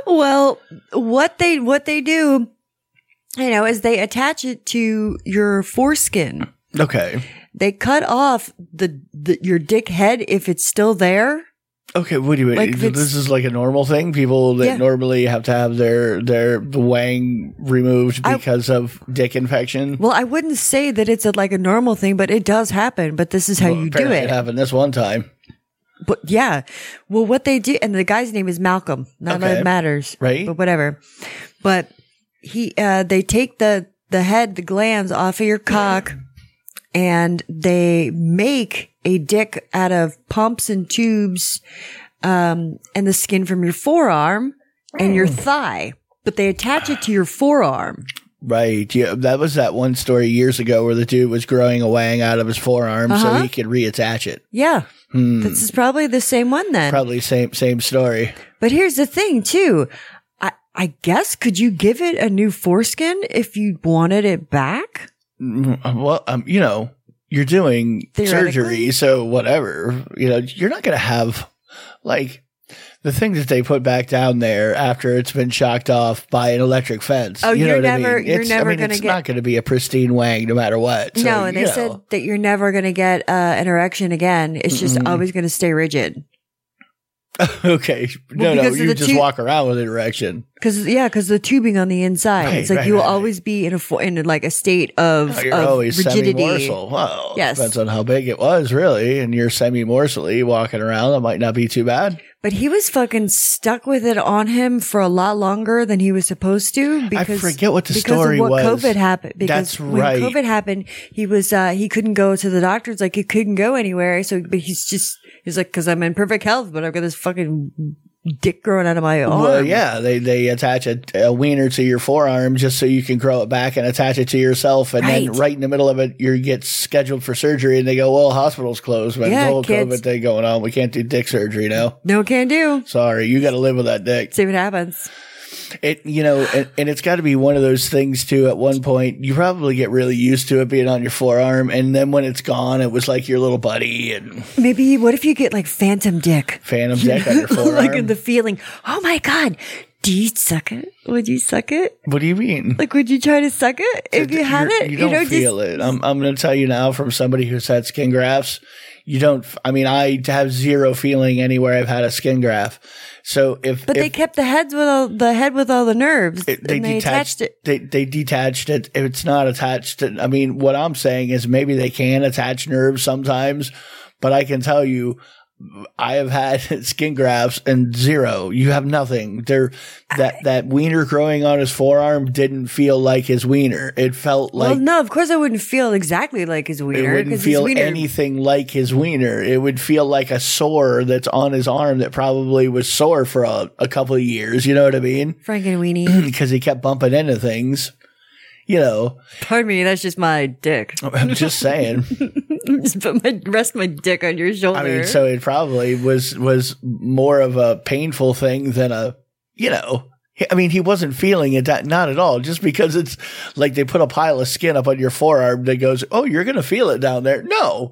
A: well, what they what they do, you know, is they attach it to your foreskin.
E: Okay.
A: They cut off the, the your dick head if it's still there.
E: Okay, what do you mean?
A: Like, if it's-
E: this is like a normal thing. People that
A: Yeah.
E: normally have to have their their wang removed
A: I-
E: because of dick infection.
A: Well, I wouldn't say that it's a, like a normal thing, but it does happen. But this is how you do
E: Apparently
A: it.
E: happened this one time,
A: But yeah, well, what they do, and the guy's name is Malcolm. Not that
E: Okay.
A: it matters,
E: Right.
A: But whatever. But he, uh, they take the the head, the glands off of your cock, and they make a dick out of pumps and tubes, um, and the skin from your forearm and your thigh. But they attach it to your forearm.
E: right? Yeah, that was that one story years ago where the dude was growing a wang out of his forearm
A: Uh-huh.
E: so he could reattach it.
A: Yeah,
E: Hmm.
A: this is probably the same one then.
E: Probably same same story.
A: But here's the thing too. I, I guess could you give it a new foreskin if you wanted it back?
E: Mm, Well, um, you know, you're doing surgery,
A: Theoretically.
E: so whatever. You know, you're not going to have like the thing that they put back down there after it's been shocked off by an electric fence.
A: Oh,
E: you know
A: you're
E: what I
A: never-
E: mean?
A: you're
E: It's-
A: never
E: I mean,
A: gonna
E: it's
A: get-
E: not going to be a pristine wang no matter what. So,
A: no, and they
E: you know.
A: said that you're never going to get uh, an erection again. It's just always going to stay rigid.
E: okay. No,
A: Well,
E: no,
A: because of
E: you
A: the
E: just
A: two-
E: walk around with an erection.
A: Because yeah, because the tubing on the inside,
E: Right,
A: it's like
E: right,
A: you will
E: right, right.
A: always be in a fo- in like a state of,
E: You're
A: of
E: always
A: rigidity.
E: semi-morsel. Well,
A: Yes.
E: depends on how big it was, really. And you're semi-morsely walking around. That might not be too bad.
A: But he was fucking stuck with it on him for a lot longer than he was supposed to. Because
E: forget what the
A: because
E: story
A: of what
E: was.
A: COVID happened. Because
E: That's
A: when
E: right.
A: COVID happened, he was uh, he couldn't go to the doctors. Like he couldn't go anywhere. So, but he's just he's like, because I'm in perfect health, but I've got this fucking dick growing out of my arm.
E: Well, yeah, they they attach a, a wiener to your forearm just so you can grow it back and attach it to yourself, and then
A: Right.
E: right in the middle of it, you get scheduled for surgery, and they go, "Well, hospital's closed, but
A: Yeah,
E: the whole
A: kids.
E: COVID thing going on, we can't do dick surgery now.
A: No, can do.
E: Sorry, you got to live with that dick."
A: See what happens.
E: It you know, and, and it's got to be one of those things too. At one point, you probably get really used to it being on your forearm, and then when it's gone, it was like your little buddy and
A: Maybe what if you get like phantom dick?
E: phantom dick on your forearm.
A: like in the feeling, oh my God, do you suck it? Would you suck it?
E: what do you mean?
A: Like, would you try to suck it if you had
E: You're-
A: it?
E: You don't
A: know, just-
E: feel it. I'm, I'm going to tell you now from somebody who's had skin grafts. You don't. f- I mean, I have zero feeling anywhere I've had a skin graft. So if
A: But
E: if
A: they kept the heads with all the head with all the nerves.
E: it- they,
A: and they attached
E: detached,
A: it.
E: They they detached it. If it's not attached, to- I mean, what I'm saying is maybe they can attach nerves sometimes, but I can tell you. I have had skin grafts and zero. You have nothing. There, that that wiener growing on his forearm didn't feel like his wiener. It felt like
A: well, no, of course I wouldn't feel exactly like his
E: it
A: wiener
E: wouldn't
A: because his
E: feel
A: wiener.
E: anything like his wiener. It would feel like a sore that's on his arm that probably was sore for a, a couple of years. You know what I mean?
A: Frank and Weenie.
E: Because he kept bumping into things. You know,
A: Pardon me, that's just my dick.
E: I'm just saying.
A: just put my rest my dick on your shoulder.
E: I mean, so it probably was was more of a painful thing than a you know. I mean, he wasn't feeling it that, not at all. Just because it's like they put a pile of skin up on your forearm that goes, "Oh, you're gonna feel it down there." No,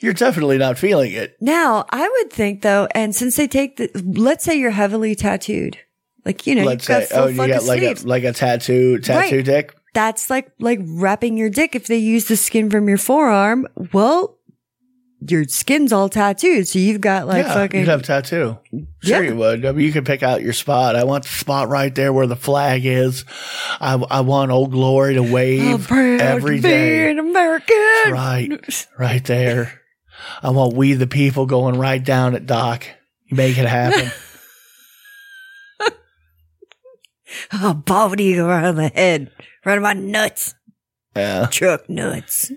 E: you're definitely not feeling it.
A: now I would think though, and since they take the, let's say you're heavily tattooed, like you know,
E: let's
A: you've got
E: say,
A: full
E: oh, you
A: fucking
E: got like
A: sleeves.
E: a like a tattoo tattoo
A: Right.
E: dick.
A: that's like like wrapping your dick if they use the skin from your forearm well your skin's all tattooed so you've got like
E: yeah,
A: fucking
E: you'd have tattoo. Sure,
A: Yeah.
E: you would. I mean, you could pick out your spot. I want the spot right there where the flag is. I, I want Old Glory to
A: "I'm
E: wave
A: proud to
E: every
A: be
E: day.
A: an american
E: Right, right there. I want we the people going right down at Doc. Make it happen.
A: a bald eagle right on the head right on my nuts
E: yeah.
A: truck nuts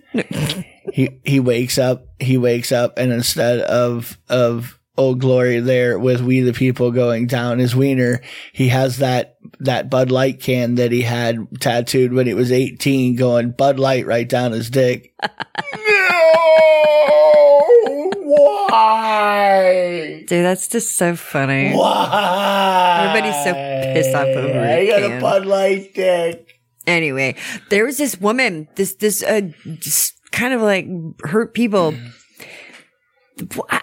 E: he he wakes up he wakes up and instead of of old glory there with we the people going down his wiener he has that that bud light can that he had tattooed when he was 18 going bud light right down his dick
B: No! Why?
A: dude that's just so funny
B: Why?
A: Everybody's so pissed off over
B: I
A: it,
B: got
A: Dan.
B: a Bud Light dick.
A: anyway there was this woman this this uh just kind of like hurt people I,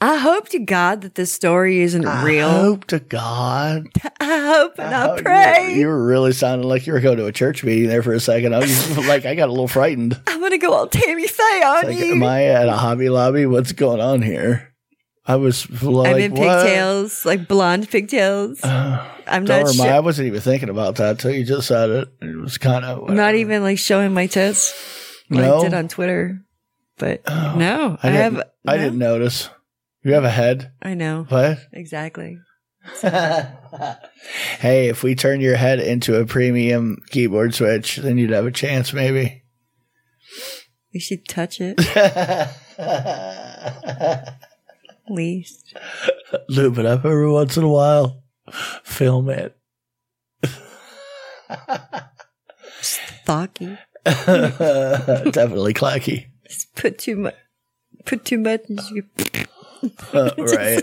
A: I hope to god that this story isn't real
E: i hope to god
A: I hope and I,
E: Oh, you were-
A: pray.
E: you were really sounding like you were going to a church meeting there for a second i was like i got a little frightened
A: I'm gonna go all Tammy Faye on
E: like
A: you.
E: am i at a hobby lobby what's going on here i was like
A: I'm in
E: what? Uh,
A: pigtails, like blonde pigtails. I'm
E: Don't
A: not
E: remind,
A: sure.
E: I wasn't even thinking about that until you just said it. It was kind of
A: not even like showing my tits like
E: No. Oh,
A: I did on Twitter. But no, I,
E: I didn't,
A: have.
E: I
A: no,
E: didn't notice. You have a head,
A: I know
E: but
A: exactly.
E: hey, if we turn your head into a premium keyboard switch, then you'd have a chance, maybe.
A: We should touch it at least.
E: Loop it up every once in a while. Film it.
A: Thocky.
E: Definitely clacky.
A: Just put too much. Put too much. And you
E: Uh, right.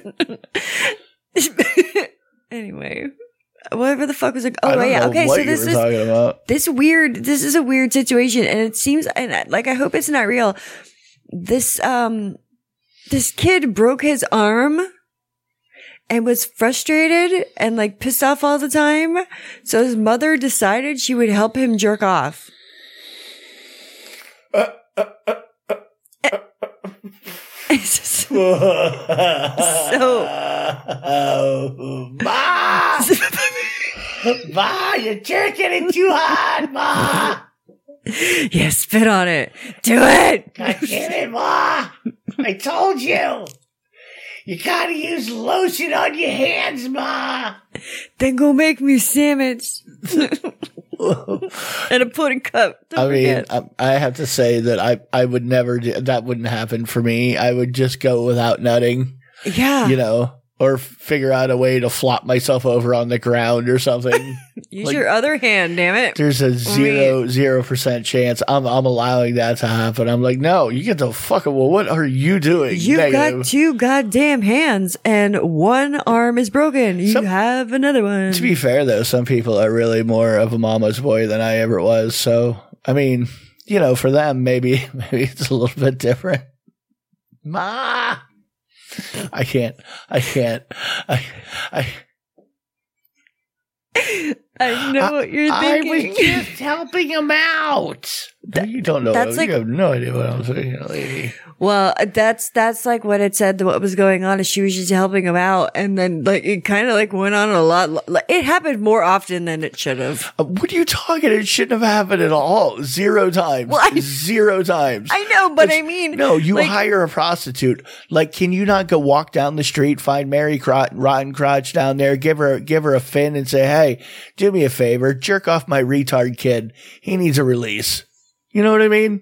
A: oh, anyway, whatever the fuck was like.
E: I
A: Oh
E: don't
A: yeah.
E: know
A: Okay,
E: what
A: so
E: you
A: this
E: were
A: is
E: talking about.
A: this weird this is a weird situation and it seems and I- like i hope it's not real this um this kid broke his arm and was frustrated and like pissed off all the time so his mother decided she would help him jerk off It's just- so
E: Oh,
B: Ma! Ma, you're jerking it too hard, Ma!
A: yeah, spit on it. Do it.
B: God damn it, Ma! I told you! You gotta use lotion on your hands, Ma!
A: Then go make me a sandwich and a pudding cup. Don't
E: I mean,
A: forget.
E: I, I have to say that I, I would never do that. Wouldn't happen for me. I would just go without nutting,
A: yeah,
E: you know, or figure out a way to flop myself over on the ground or something.
A: use
E: like-
A: your other hand. Damn it.
E: There's a zero zero percent chance I'm I'm allowing that to happen. I'm like, no, you get the fuck. Well, what are you doing?
A: You've
E: Negative.
A: got two goddamn hands and one arm is broken. You
E: Some-
A: have another one.
E: to be fair though, some people are really more of a mama's boy than I ever was. So I mean, you know, for them maybe maybe it's a little bit different. Ma, I can't, I can't, I, I,
A: I know what you're
E: I
A: thinking.
E: was just helping him out. No, you don't know.
A: that's
E: That's
A: like-
E: you have no idea what I'm saying, lady.
A: Well, that's that's like what it said. What was going on is she was just helping him out, and then like it kind of like went on a lot. Like, it happened more often than it should have.
E: Uh, What are you talking? It shouldn't have happened at all. Zero times.
A: Well, I-
E: Zero times.
A: I know, but
E: It's-
A: I mean,
E: no, you
A: like,
E: hire a prostitute. Like, can you not go walk down the street, find Mary Cro- Rotten Crotch down there, give her, give her a fin and say, Hey, do me a favor, jerk off my retard kid. He needs a release. You know what I mean?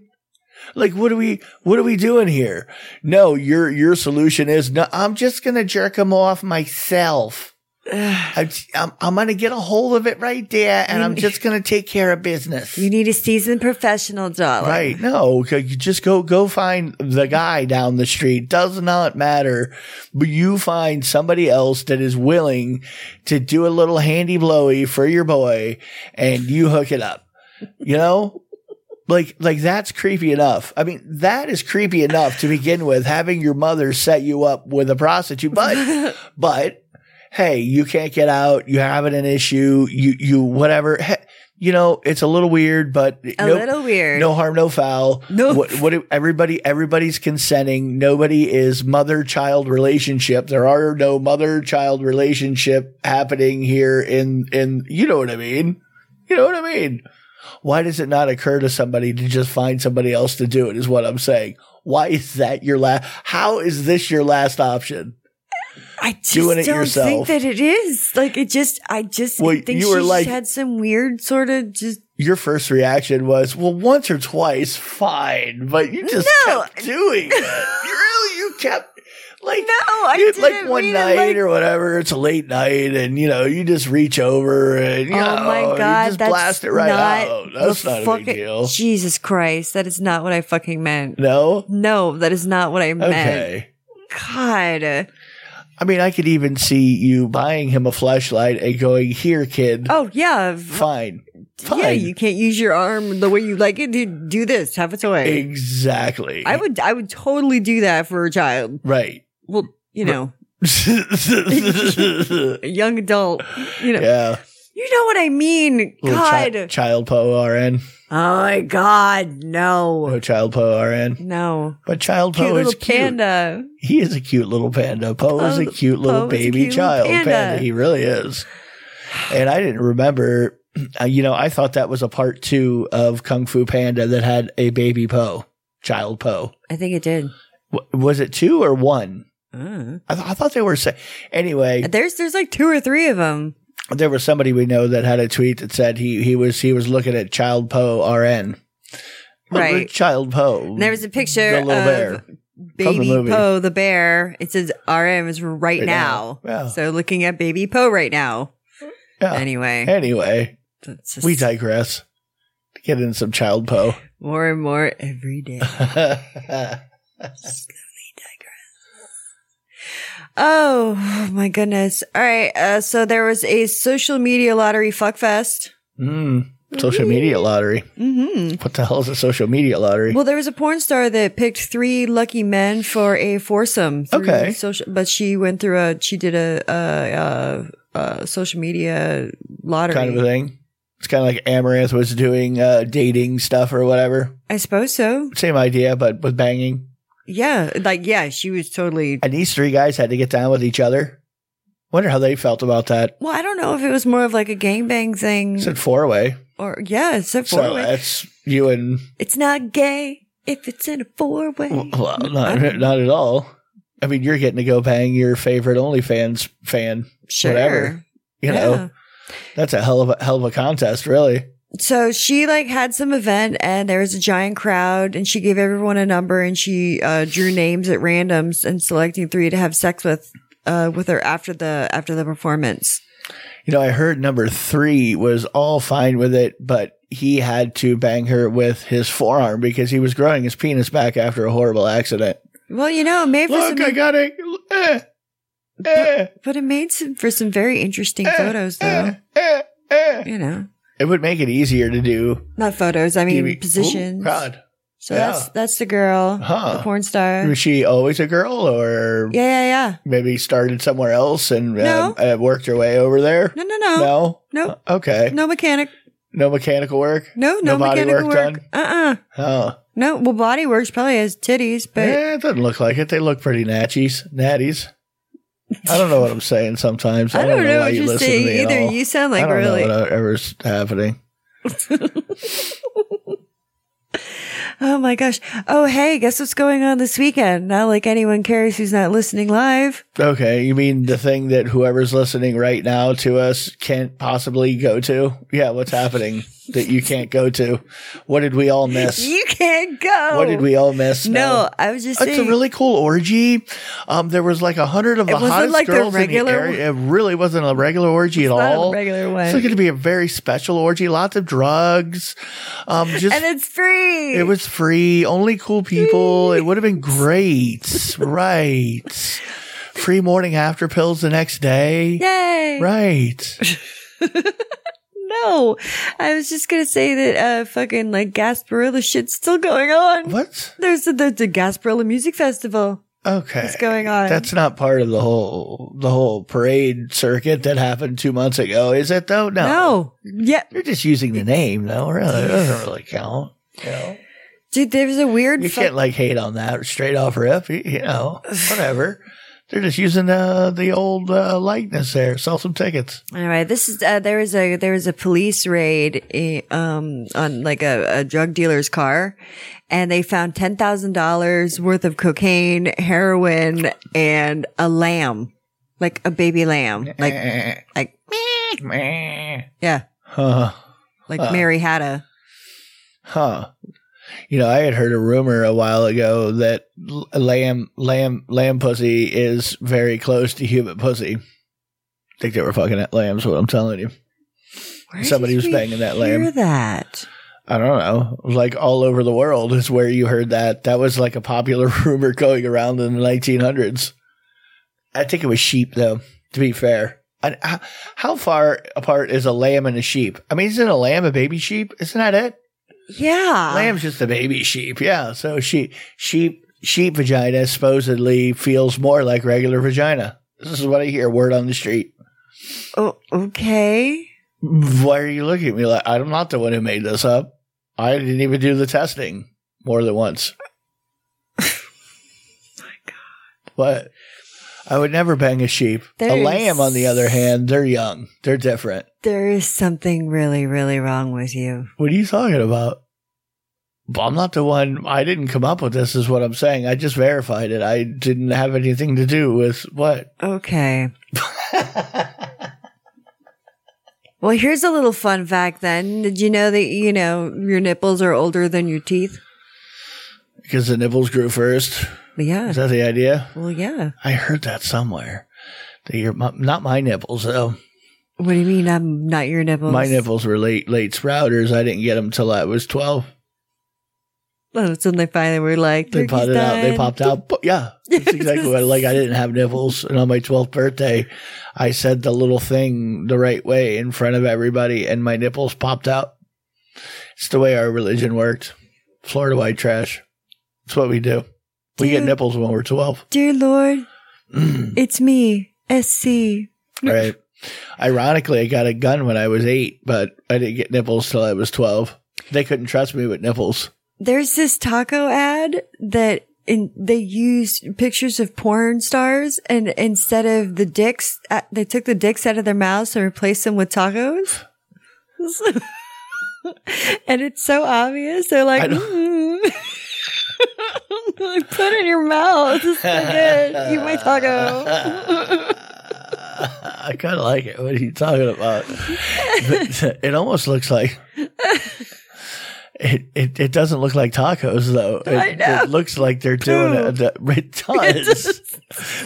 E: Like, what are we, what are we doing here? No, your, your solution is no, I'm just going to jerk him off myself. I'm, I'm, I'm going to get a hold of it right there and I'm just going to take care of business.
A: You need a seasoned professional, darling.
E: Right. No, c- you just go go find the guy down the street. Does not matter. But you find somebody else that is willing to do a little handy blowy for your boy and you hook it up. You know? Like like that's creepy enough. I mean, that is creepy enough to begin with, having your mother set you up with a prostitute. But but hey, you can't get out, you're having an issue, you you whatever. Hey, you know, it's a little weird, but
A: A little weird.
E: no harm, no foul.
A: No.
E: What, what do- everybody, everybody's consenting. Nobody is mother child relationship. There are no mother child relationship happening here in, in, you know what I mean? You know what I mean? Why does it not occur to somebody to just find somebody else to do it is what I'm saying. Why is that your last, how is this your last option?
A: I just
E: Doing it
A: don't
E: yourself.
A: think that it is. Like it just, I just
E: Well,
A: think
E: you
A: she
E: were
A: just
E: like-
A: had some weird sort of just.
E: Your first reaction was, well, once or twice, fine, but you just
A: No.
E: kept doing it. You really, you kept, like,
A: No, I
E: you,
A: didn't
E: like one
A: mean it
E: night
A: like-
E: or whatever. It's a late night, and you know you just reach over and you
A: Oh
E: know,
A: my god,
E: you just
A: that's
E: blast it right
A: not
E: out. That's
A: the
E: not a
A: fucking,
E: big deal.
A: Jesus Christ, that is not what I fucking meant.
E: No,
A: No, that is not what I meant.
E: okay.
A: God.
E: I mean, I could even see you buying him a flashlight and going, "Here, kid,
A: Oh yeah, v-
E: fine, fine,
A: yeah. You can't use your arm the way you like it. Do do this. Have a toy.
E: exactly."
A: I would. I would totally do that for a child.
E: right.
A: Well, you know, a young adult. You know.
E: yeah,
A: You know what I mean.
E: Little
A: God.
E: chi- child po rn,
A: oh my God. No.
E: oh, child po rn,
A: No.
E: but child
A: Cute
E: po
A: little
E: is oh, cute.
A: panda.
E: He is a cute little panda. Poe is a
A: Poe-
E: cute little
A: Poe is a
E: baby
A: cute little
E: child panda.
A: panda.
E: He really is. And I didn't remember, uh, you know, I thought that was a part two of Kung Fu Panda that had a baby Poe, child Poe.
A: I think it did.
E: W- was it two or one?
A: Uh,
E: I, th- I thought they were saying. Anyway,
A: there's there's like two or three of them.
E: there was somebody we know that had a tweet that said he he was he was looking at child Poe RN.
A: Right.
E: Child Poe.
A: There was a picture
E: The little
A: of
E: bear.
A: Baby
E: movie.
A: Poe the bear. It says RM is right,
E: now.
A: now.
E: Yeah.
A: So looking at Baby Poe right now.
E: Yeah.
A: Anyway,
E: Anyway,
A: that's
E: we
A: just
E: digress. Get in some child Hmm. Poe.
A: more and more every day. oh my goodness! All right, uh, so there was a social media lottery fuckfest.
E: Mm, social media lottery.
A: Mm-hmm.
E: What the hell is a social media lottery?
A: Well, there was a porn star that picked three lucky men for a foursome. through
E: Okay.
A: social, but she went through a she did a uh, uh, uh, social media lottery.
E: kind of a thing. It's kind of like Amaranth was doing uh, dating stuff or whatever.
A: I suppose so.
E: Same idea, but with banging.
A: Yeah, like yeah, she was totally.
E: And these three guys had to get down with each other. Wonder how they felt about that.
A: Well, I don't know if it was more of like a gangbang thing
E: It's a four way.
A: or yeah, it's a four
E: So uh,
A: way.
E: that's you and
A: It's not gay if it's in a four way.
E: well, not, not at all. I mean, you're getting to go bang your favorite OnlyFans fan.
A: sure.
E: whatever.
A: Yeah.
E: You know, that's a hell of a hell of a contest, really.
A: so she like had some event and there was a giant crowd and she gave everyone a number and she uh, drew names at randoms and selecting three to have sex with uh, with her after the after the performance.
E: You know, I heard number three was all fine with it, but he had to bang her with his forearm because he was growing his penis back after a horrible accident.
A: Well, you know, it made for
E: Look,
A: some,
E: I got it. Eh, eh,
A: but it made some for some very interesting photos though.
E: eh, eh.
A: You know,
E: It would make it easier to do.
A: not photos. I mean
E: Ooh,
A: positions.
E: God.
A: So
E: Yeah.
A: that's that's the girl,
E: Huh.
A: the porn star.
E: Was she always a girl or
A: yeah, yeah, yeah.
E: maybe started somewhere else and
A: No.
E: um, uh, worked her way over there?
A: No, no, no, no,
E: No? Uh,
A: no,
E: Okay. No,
A: mechanic.
E: mechanical work?
A: No, no,
E: No body
A: mechanical
E: work
A: work. Uh, uh
E: Oh.
A: No, well, body works probably has titties, but
E: Eh, it doesn't look like it. They look pretty natchies, natties. I don't know what I'm saying sometimes. I, don't,
A: what
E: know, why you
A: you're
E: listen
A: saying
E: to me at
A: either.
E: all.
A: You sound like
E: I don't
A: really-
E: know whatever's happening.
A: oh my gosh. Oh hey, guess what's going on this weekend? Not like anyone cares who's not listening live.
E: Okay, you mean the thing that whoever's listening right now to us can't possibly go to? Yeah, what's happening that you can't go to? What did we all miss?
A: You can't go.
E: What did we all miss?
A: No, I was just
E: It's a
A: saying.
E: really cool orgy. Um, there was like a hundred of the
A: wasn't
E: hottest
A: like the
E: girls
A: regular-
E: in the area. It really wasn't a regular orgy at
A: not a
E: all.
A: regular one.
E: It's going to be a very special orgy. Lots of drugs. Um, just
A: and it's free.
E: it was free. Only cool people. It would have been great, right? Free morning after pills the next day,
A: yay.
E: right?
A: No, I was just gonna say that uh, fucking like Gasparilla shit's still going on.
E: What?
A: There's the, the, the Gasparilla Music Festival.
E: Okay,
A: What's going on?
E: That's not part of the whole the whole parade circuit that happened two months ago, is it? Though no,
A: No. Yeah.
E: You're just using the name, though. Really, it doesn't really count. You, know?
A: Dude, there was a weird
E: you
A: fu-
E: can't like hate on that straight off rip. You, you know, whatever. They're just using uh, the old uh, likeness there. Sell some tickets.
A: All right, this is uh, there was a there was a police raid eh, um on like a, a drug dealer's car, and they found ten thousand dollars worth of cocaine, heroin, and a lamb, like a baby lamb,
E: Eh.
A: like like yeah,
E: Huh.
A: like Mary had a
E: Huh. You know, I had heard a rumor a while ago that l- lamb, lamb, lamb pussy is very close to human pussy. think they were fucking at lambs. What I'm telling you,
A: Where
E: Somebody
A: did
E: was
A: we
E: banging that
A: hear
E: lamb.
A: That
E: I don't know, like all over the world is where you heard that. That was like a popular rumor going around in the 1900s. I think it was sheep, though. To be fair, and how, how far apart is a lamb and a sheep? I mean, isn't a lamb a baby sheep? Isn't that it?
A: yeah,
E: Lamb's just a baby sheep, yeah. So she sheep sheep vagina supposedly feels more like regular vagina. This is what I hear word on the street.
A: Oh, okay.
E: Why are you looking at me like I'm not the one who made this up? I didn't even do the testing more than once. my god! What? I would never bang a sheep.
A: There
E: a
A: is-
E: lamb, on the other hand, they're young. They're different.
A: There is something really, really wrong with you.
E: What are you talking about? Well, I'm not the one. I didn't come up with this, is what I'm saying. I just verified it. I didn't have anything to do with what?
A: Okay. well, here's a little fun fact then. Did you know that, you know, your nipples are older than your teeth?
E: Because the nipples grew first.
A: Yeah.
E: Is that the idea?
A: Well, yeah.
E: I heard that somewhere. That your, my, not my nipples, though.
A: What do you mean I'm not your nipples?
E: My nipples were late, late sprouters. I didn't get them till I was 12.
A: Oh, so they finally were like,
E: They
A: "Turkey's
E: popped it out. They
A: done."
E: popped out. But yeah, that's exactly what. Like I didn't have nipples, and on my twelfth birthday, I said the little thing the right way in front of everybody, and my nipples popped out. It's the way our religion worked. Florida white trash. It's what we do. We get
A: Dude.
E: nipples when we're twelve.
A: Dear Lord, it's me, SC.
E: Right. Ironically, I got a gun when I was eight, but I didn't get nipples till I was twelve. They couldn't trust me with nipples.
A: There's this taco ad that and they used pictures of porn stars and instead of the dicks, uh, they took the dicks out of their mouths and replaced them with tacos. and it's so obvious. They're like,
E: I know.
A: "Mm." Like, put it in your mouth. It's so good. Eat my taco.
E: I kind of like it. What are you talking about? it almost looks like it, it. It doesn't look like tacos though. It,
A: I know.
E: it looks like they're doing it. It does.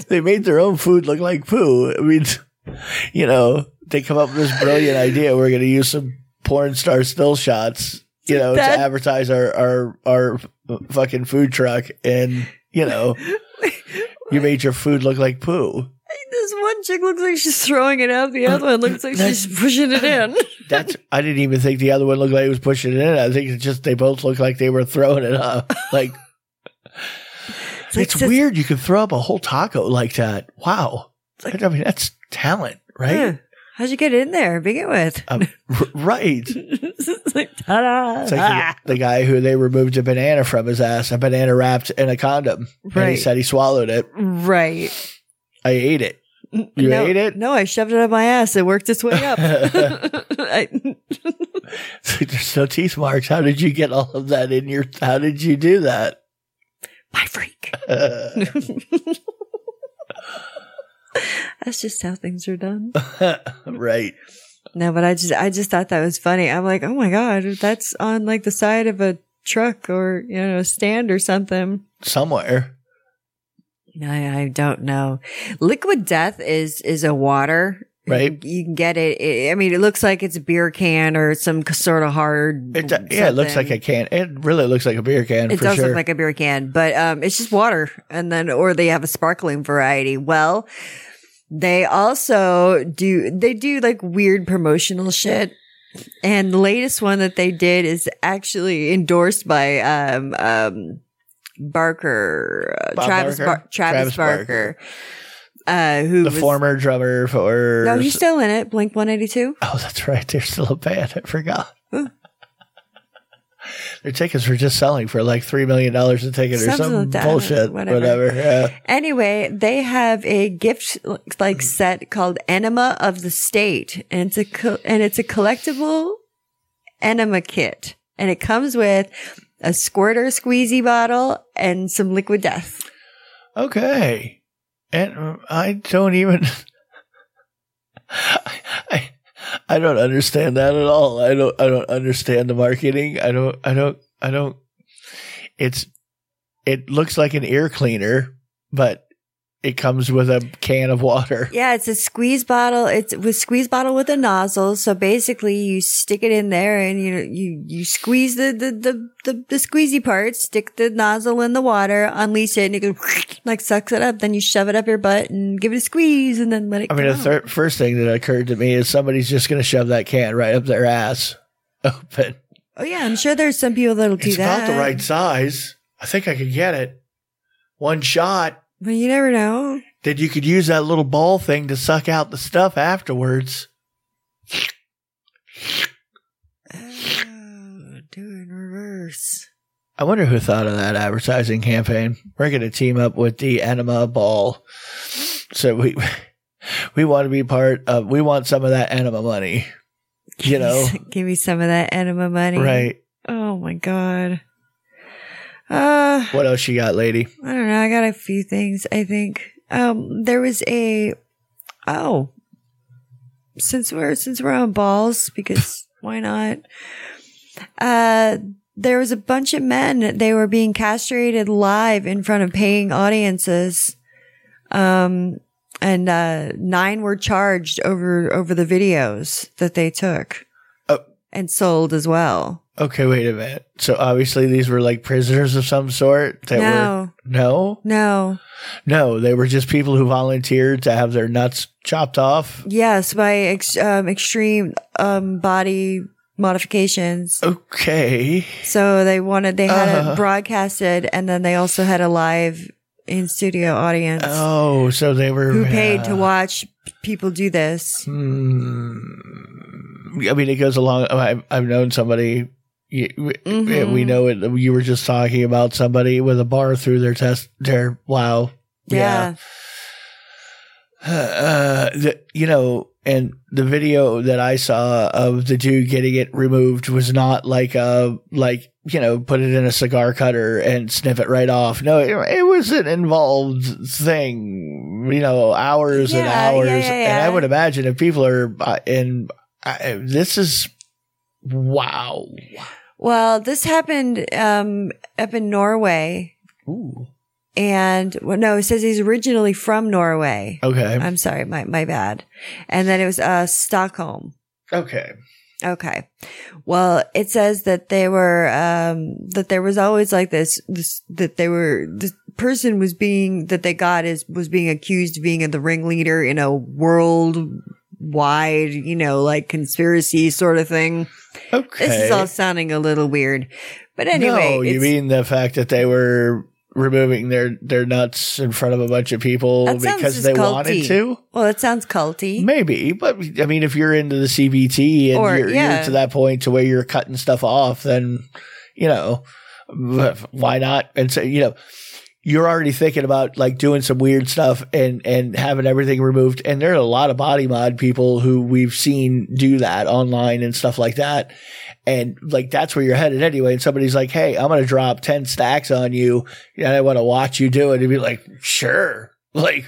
E: they made their own food look like poo. I mean, you know, they come up with this brilliant idea. We're going to use some porn star still shots. You know,
A: That-
E: to advertise our our our fucking food truck, and you know, you made your food look like poo.
A: This one chick looks like she's throwing it out. The other one looks like she's pushing it in.
E: That's I didn't even think the other one looked like he was pushing it in. I think it's just they both looked like they were throwing it up. Like
A: like
E: it's
A: just-
E: weird you could throw up a whole taco like that. Wow. I mean that's talent,
A: Huh.
E: right?
A: How'd you get in there? to Begin with.
E: Um, r- right.
A: it's like, ta-da. Ah.
E: It's like the, the guy who they removed a banana from his ass, a banana wrapped in a condom. And he
A: Right.
E: said he swallowed it.
A: Right.
E: I ate it. You
A: no,
E: ate it?
A: No, I shoved it up my ass. It worked its way up. I,
E: There's no teeth marks. How did you get all of that in your how did you do that?
A: my freak. That's just how things are done.
E: right.
A: No, but I just, I just thought that was funny. I'm like, oh my god, that's on like the side of a truck or you know a stand or something.
E: Somewhere.
A: I, I don't know. Liquid Death is is a water.
E: Right.
A: You can get it, it. I mean, it looks like it's a beer can or some sort of hard.
E: It, do- yeah, it looks
A: something.
E: like a can. It really looks like a beer can
A: It
E: for
A: does
E: sure.
A: look like a beer can, but um, it's just water, and then or they have a sparkling variety. Well, they also do they do like weird promotional shit, and the latest one that they did is actually endorsed by um um Barker uh,
E: Bob
A: Travis
E: Barker?
A: Bar- Travis,
E: Travis
A: Barker, uh, who
E: the
A: was,
E: former drummer for.
A: No, he's still in it. Blink one eighty two.
E: oh, that's right. They're still a band. I forgot. Their tickets were just selling for like three million dollars a ticket or
A: Something
E: some
A: like that.
E: bullshit. Whatever.
A: Whatever.
E: Yeah.
A: Anyway, they have a gift like set called Enema of the State, and it's a co- and it's a collectible enema kit, and it comes with a squirter squeezy bottle and some liquid death.
E: Okay. And uh, I don't even. I, I I don't understand that at all. I don't. I don't understand the marketing. I don't. I don't. I don't. It's. It looks like an ear cleaner, but it comes with a can of water.
A: Yeah, it's a squeeze bottle. It's with squeeze bottle with a nozzle. So basically, you stick it in there, and you you you squeeze the the the the, the squeezy part. Stick the nozzle in the water, unleash it, and it goes like sucks it up. Then you shove it up your butt and give it a squeeze, and then let it.
E: I mean,
A: come
E: the
A: out.
E: thir- first thing that occurred to me is somebody's just going to shove that can right up their ass, open.
A: Oh yeah, I'm sure there's some people that'll do
E: It's
A: that.
E: about the right size. I think I could get it. One shot.
A: But you never know.
E: Then you could use that little ball thing to suck out the stuff afterwards.
A: Oh, do it in reverse.
E: I wonder who thought of that advertising campaign. We're going to team up with the enema ball. So we we want to be part of. We want some of that enema money. You know,
A: give me some of that enema money.
E: right?
A: Oh my god. Uh,
E: What else you got, lady?
A: I don't know. I got a few things. I think um, there was a oh, since we're since we're on balls because why not? Uh, there was a bunch of men. They were being castrated live in front of paying audiences. Um, and uh, nine were charged over over the videos that they took
E: Oh.
A: and sold as well.
E: Okay, wait a minute. So obviously these were like prisoners of some sort. That
A: No.
E: were no,
A: No.
E: no. They were just people who volunteered to have their nuts chopped off.
A: Yes, by ex- um, extreme um, body modifications.
E: Okay.
A: So they wanted, they had
E: Uh-huh.
A: it broadcasted, and then they also had a live in studio audience
E: Oh, so they were
A: who paid to
E: uh,
A: watch p- people do this.
E: Hmm. I mean, it goes along. I've, I've known somebody You, we- We know it. You were just talking about somebody with a bar through their test. Their wow.
A: Yeah.
E: Uh, the, you know, and the video that I saw of the dude getting it removed was not like a like you know put it in a cigar cutter and sniff it right off. No, it, it was an involved thing. You know, hours and
A: Yeah, yeah,
E: hours.
A: yeah,
E: And I
A: yeah.
E: would imagine if people are uh, and I, this is wow.
A: Well, this happened um, up in Norway.
E: Ooh.
A: And well, no, it says he's originally from Norway.
E: Okay.
A: I'm sorry, my, my bad. And then it was uh, Stockholm.
E: Okay.
A: Okay. Well, it says that they were, um, that there was always like this, this, that they were, the person was being, that they got is, was being accused of being the ringleader in a worldwide, you know, like conspiracy sort of thing.
E: Okay.
A: This is all sounding a little weird. But anyway,
E: no, you
A: it's-
E: mean the fact that they were removing their their nuts in front of a bunch of people
A: that sounds
E: because
A: just
E: they
A: culty.
E: wanted to?
A: Well, that sounds culty.
E: Maybe, but I mean, if you're into the CBT and
A: Or-
E: you're,
A: yeah.
E: you're to that point to where you're cutting stuff off, then you know why not? And so you know. You're already thinking about like doing some weird stuff and and having everything removed. And there are a lot of body mod people who we've seen do that online and stuff like that and like that's where you're headed anyway. And somebody's like, "Hey, I'm gonna drop ten stacks on you, and I want to watch you do it." And be like, "Sure, like,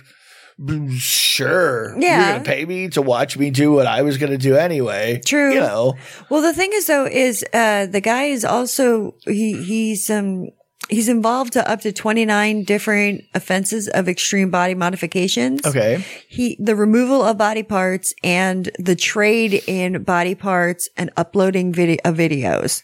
E: mm, sure,
A: Yeah.
E: you're gonna pay me to watch me do what I was gonna do anyway."
A: True.
E: you know,
A: Well, the thing is though, is, uh, the guy is also, he, he's, um, he's involved to up to 29 different offenses of extreme body modifications.
E: okay,
A: He, the removal of body parts and the trade in body parts and uploading video of videos.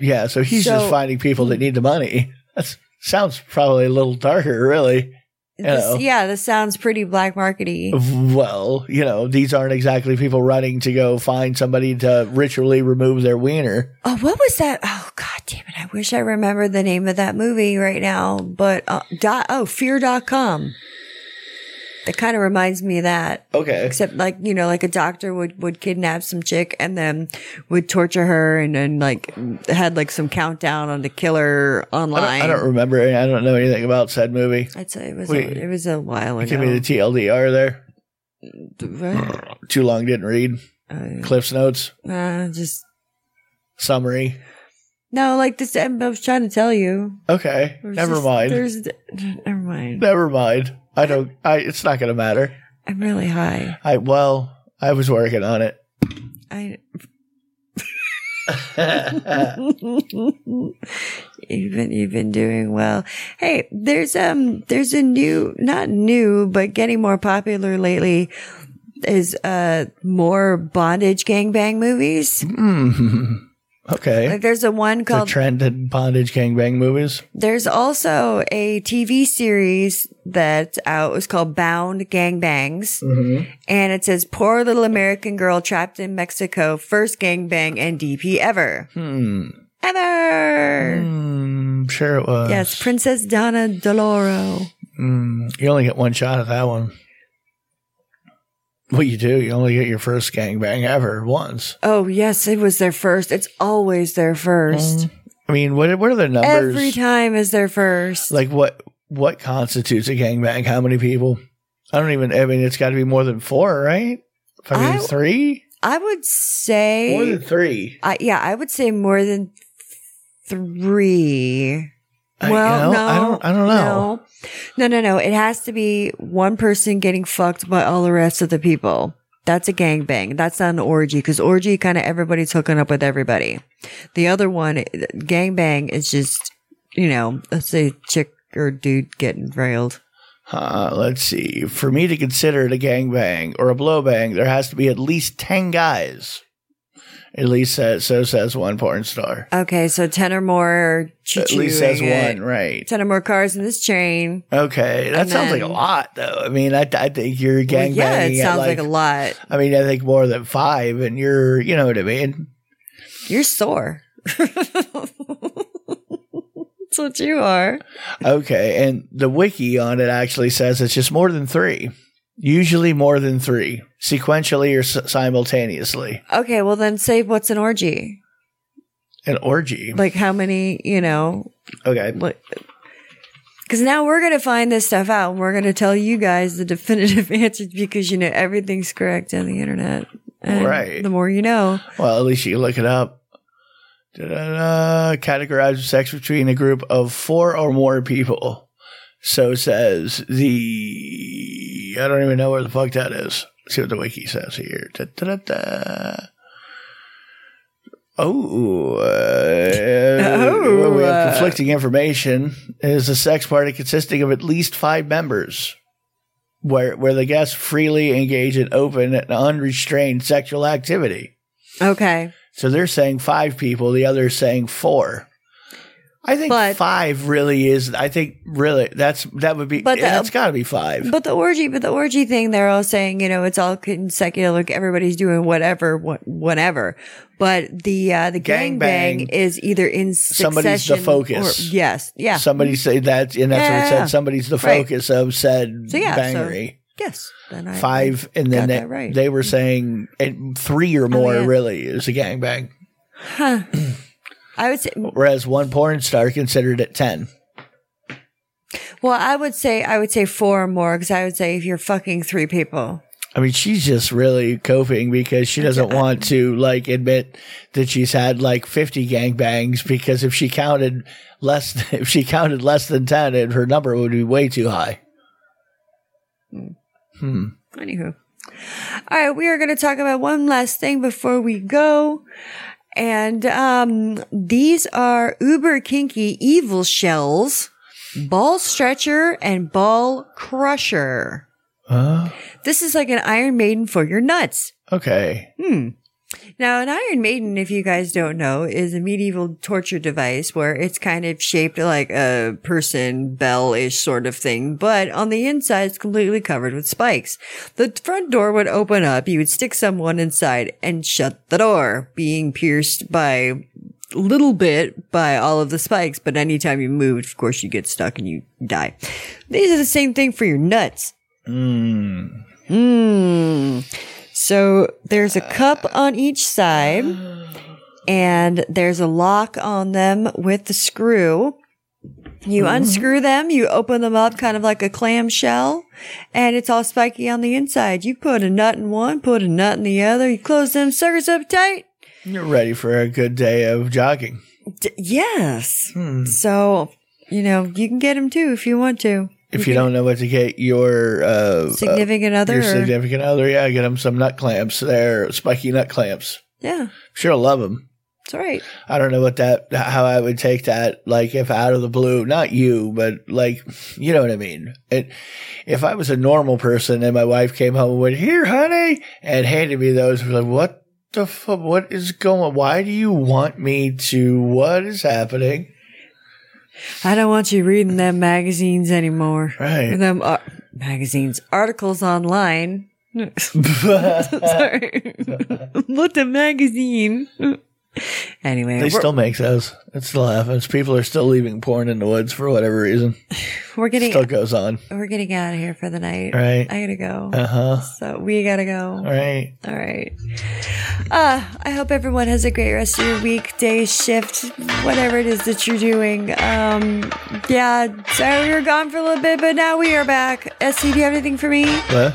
E: yeah. So he's just
A: So-
E: finding people that need the money. That sounds probably a little darker, really. You know.
A: This- yeah, this sounds pretty black markety.
E: Well, you know, these aren't exactly people running to go find somebody to ritually remove their wiener.
A: Oh, what was that? Oh, god damn it. I wish I remembered the name of that movie right now, but, uh, dot, oh, fear.com. That kind of reminds me of that.
E: Okay.
A: except like you know like a doctor would would kidnap some chick and then would torture her and then like had like some countdown on the killer
E: I
A: online
E: don't, I don't remember. I don't know anything about said movie.
A: I'd say it was
E: Wait.
A: a, it was a while ago
E: Give me the TLDR there.
A: What?
E: Too long, didn't read. Cliff's notes,
A: uh, just
E: summary.
A: no like this I was trying to tell you
E: Okay,
A: There's
E: never
A: just-
E: mind.
A: there's never mind
E: Never mind. I don't. I. It's not gonna matter.
A: I'm really high
E: I. Well, I was working on it.
A: I you've been you've been doing well. Hey, there's um there's a new not new but getting more popular lately is uh more bondage gangbang movies.
E: Okay.
A: Like um, there's a one
E: The
A: called
E: trend in bondage gangbang movies.
A: there's also a TV series that's out. It was called Bound Gangbangs.
E: Mm-hmm.
A: And it says, Poor little American girl trapped in Mexico, first gangbang and DP ever. Ever.
E: Hmm. sure it was.
A: Yes, Princess Donna Deloro.
E: You only get one shot at that one. Well, you do. You only get your first gangbang ever once.
A: Oh, yes, it was their first. It's always their first.
E: I mean, what? What are the Mm. numbers?
A: Every time is their first.
E: like what what constitutes a gangbang? How many people? I don't even. I mean, it's got to be more than four, right? I mean,
A: I-
E: three.
A: I would say.
E: three.
A: I, yeah, I would say more than three.
E: I-
A: well,
E: you know,
A: no,
E: I don't- I don't know.
A: No. no, no, no. It has to be one person getting fucked by all the rest of the people. That's a gangbang. That's not an orgy because orgy kind of everybody's hooking up with everybody. The other one, gangbang, is just you know, let's say chick or dude getting railed.
E: Uh, let's see. For me to consider it a gangbang or a blowbang, there has to be at least ten guys. At least says, so says one porn star.
A: Okay, so ten or more.
E: At least says one, right?
A: Ten or more cars in this chain.
E: Okay, that
A: And
E: sounds like
A: then-
E: a lot, though. I mean, I, I think you're
A: Well,
E: gangbanging.
A: yeah, it
E: at,
A: sounds like
E: like,
A: a lot.
E: I mean, I think more than five, and you're, you know what I mean.
A: You're sore. That's what you are.
E: Okay, and the wiki on it actually says it's just more than three. Usually more than three, sequentially or s- simultaneously.
A: Okay, well then say what's an orgy?
E: An orgy.
A: Like how many, you know,
E: Okay.
A: like because now we're going to find this stuff out and we're going to tell you guys the definitive answers because you know everything's correct on the internet. And
E: Right.
A: The more you know.
E: Well, at least you look it up. Da-da-da. Categorize sex between a group of four or more people. So says the. I don't even know where the fuck that is. see what the wiki says here. Da-da-da-da. Oh, uh,
A: Oh,
E: we have
A: uh,
E: conflicting information. It is a sex party consisting of at least five members where, where the guests freely engage in open and unrestrained sexual activity.
A: Okay.
E: So they're saying five people, the other's saying four. I think
A: But-
E: five really is. I think really that's that would be.
A: But the-
E: that's got to be five.
A: But the orgy, but the orgy thing, they're all saying, you know, it's all consecutive. Like everybody's doing whatever, what, whatever. But the, uh, the
E: Gang
A: gang bang
E: bang.
A: is either in
E: Somebody's the
A: succession
E: focus.
A: Or, yes. Yeah.
E: Somebody say that, and that's what it
A: Yeah.
E: said. Somebody's the
A: Right.
E: focus of said
A: So, yeah, so-
E: bangery.
A: yes. Then I,
E: five, and then
A: got
E: they,
A: that right. Oh,
E: they were saying and three or more
A: yeah.
E: really is a gangbang.
A: I would say,
E: Whereas one porn star considered it ten.
A: well, I would say, I would say four or more because I would say if you're fucking three people.
E: I mean, she's just really coping because she doesn't want to like admit that she's had like 50 gangbangs because if she counted less, if she counted less than 10, it, her number would be way too high.
A: Anywho. All right, we are going to talk about one last thing before we go. And um, these are uber kinky evil shells, ball stretcher, and ball crusher.
E: Huh?
A: This is like an Iron Maiden for your nuts.
E: Okay.
A: Now, an Iron Maiden, if you guys don't know, is a medieval torture device where it's kind of shaped like a person bell ish sort of thing, but on the inside, it's completely covered with spikes. The front door would open up, you would stick someone inside and shut the door, being pierced by little bit by all of the spikes, but anytime you moved, of course, you get stuck and you die. These are the same thing for your nuts. Mmm. So there's a cup on each side, and there's a lock on them with the screw. You unscrew them, you open them up kind of like a clamshell, and it's all spiky on the inside. You put a nut in one, put a nut in the other, you close them suckers up tight.
E: You're ready for a good day of jogging.
A: D- yes. So, you know, you can get them too if you want to.
E: If you don't know what to get your, uh,
A: Significant
E: uh,
A: other.
E: your
A: or-
E: significant other, yeah, get them some nut clamps. They're spiky nut clamps.
A: yeah,
E: Sure, love them.
A: it's all right.
E: I don't know what that, how I would take that. Like, if out of the blue, not you, but like, you know what I mean? It, if I was a normal person and my wife came home and went, here, honey, and handed me those, I'd be like, what the fuck? What is going Why do you want me to? What is happening?
A: I don't want you reading them magazines anymore.
E: Right.
A: Them ar- magazines, articles online. Sorry. what the magazine? Anyway,
E: They
A: we're,
E: still make those. It still happens. People are still leaving porn in the woods for whatever reason.
A: we're getting
E: Still goes on.
A: we're getting out of here for the night.
E: Right.
A: I gotta go.
E: Uh huh.
A: so we gotta go.
E: All right.
A: All right. Uh, I hope everyone has a great rest of your week, day, shift, whatever it is that you're doing. Um, yeah, sorry we were gone for a little bit, but now we are back. SC, do you have anything for me?
E: What?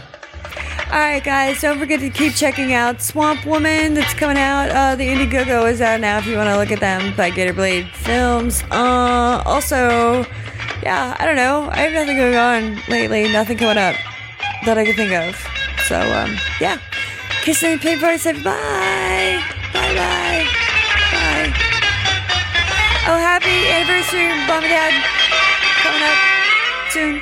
A: All right, guys, don't forget to keep checking out Swamp Woman that's coming out. Uh, the Indiegogo is out now if you want to look at them by Gator Blade Films. Uh, also, yeah, I don't know. I have nothing going on lately, nothing coming up that I can think of. So, um, yeah. Kiss and paint party, say bye. Bye bye. Bye. Oh, happy anniversary, Mom and Dad. Coming up soon.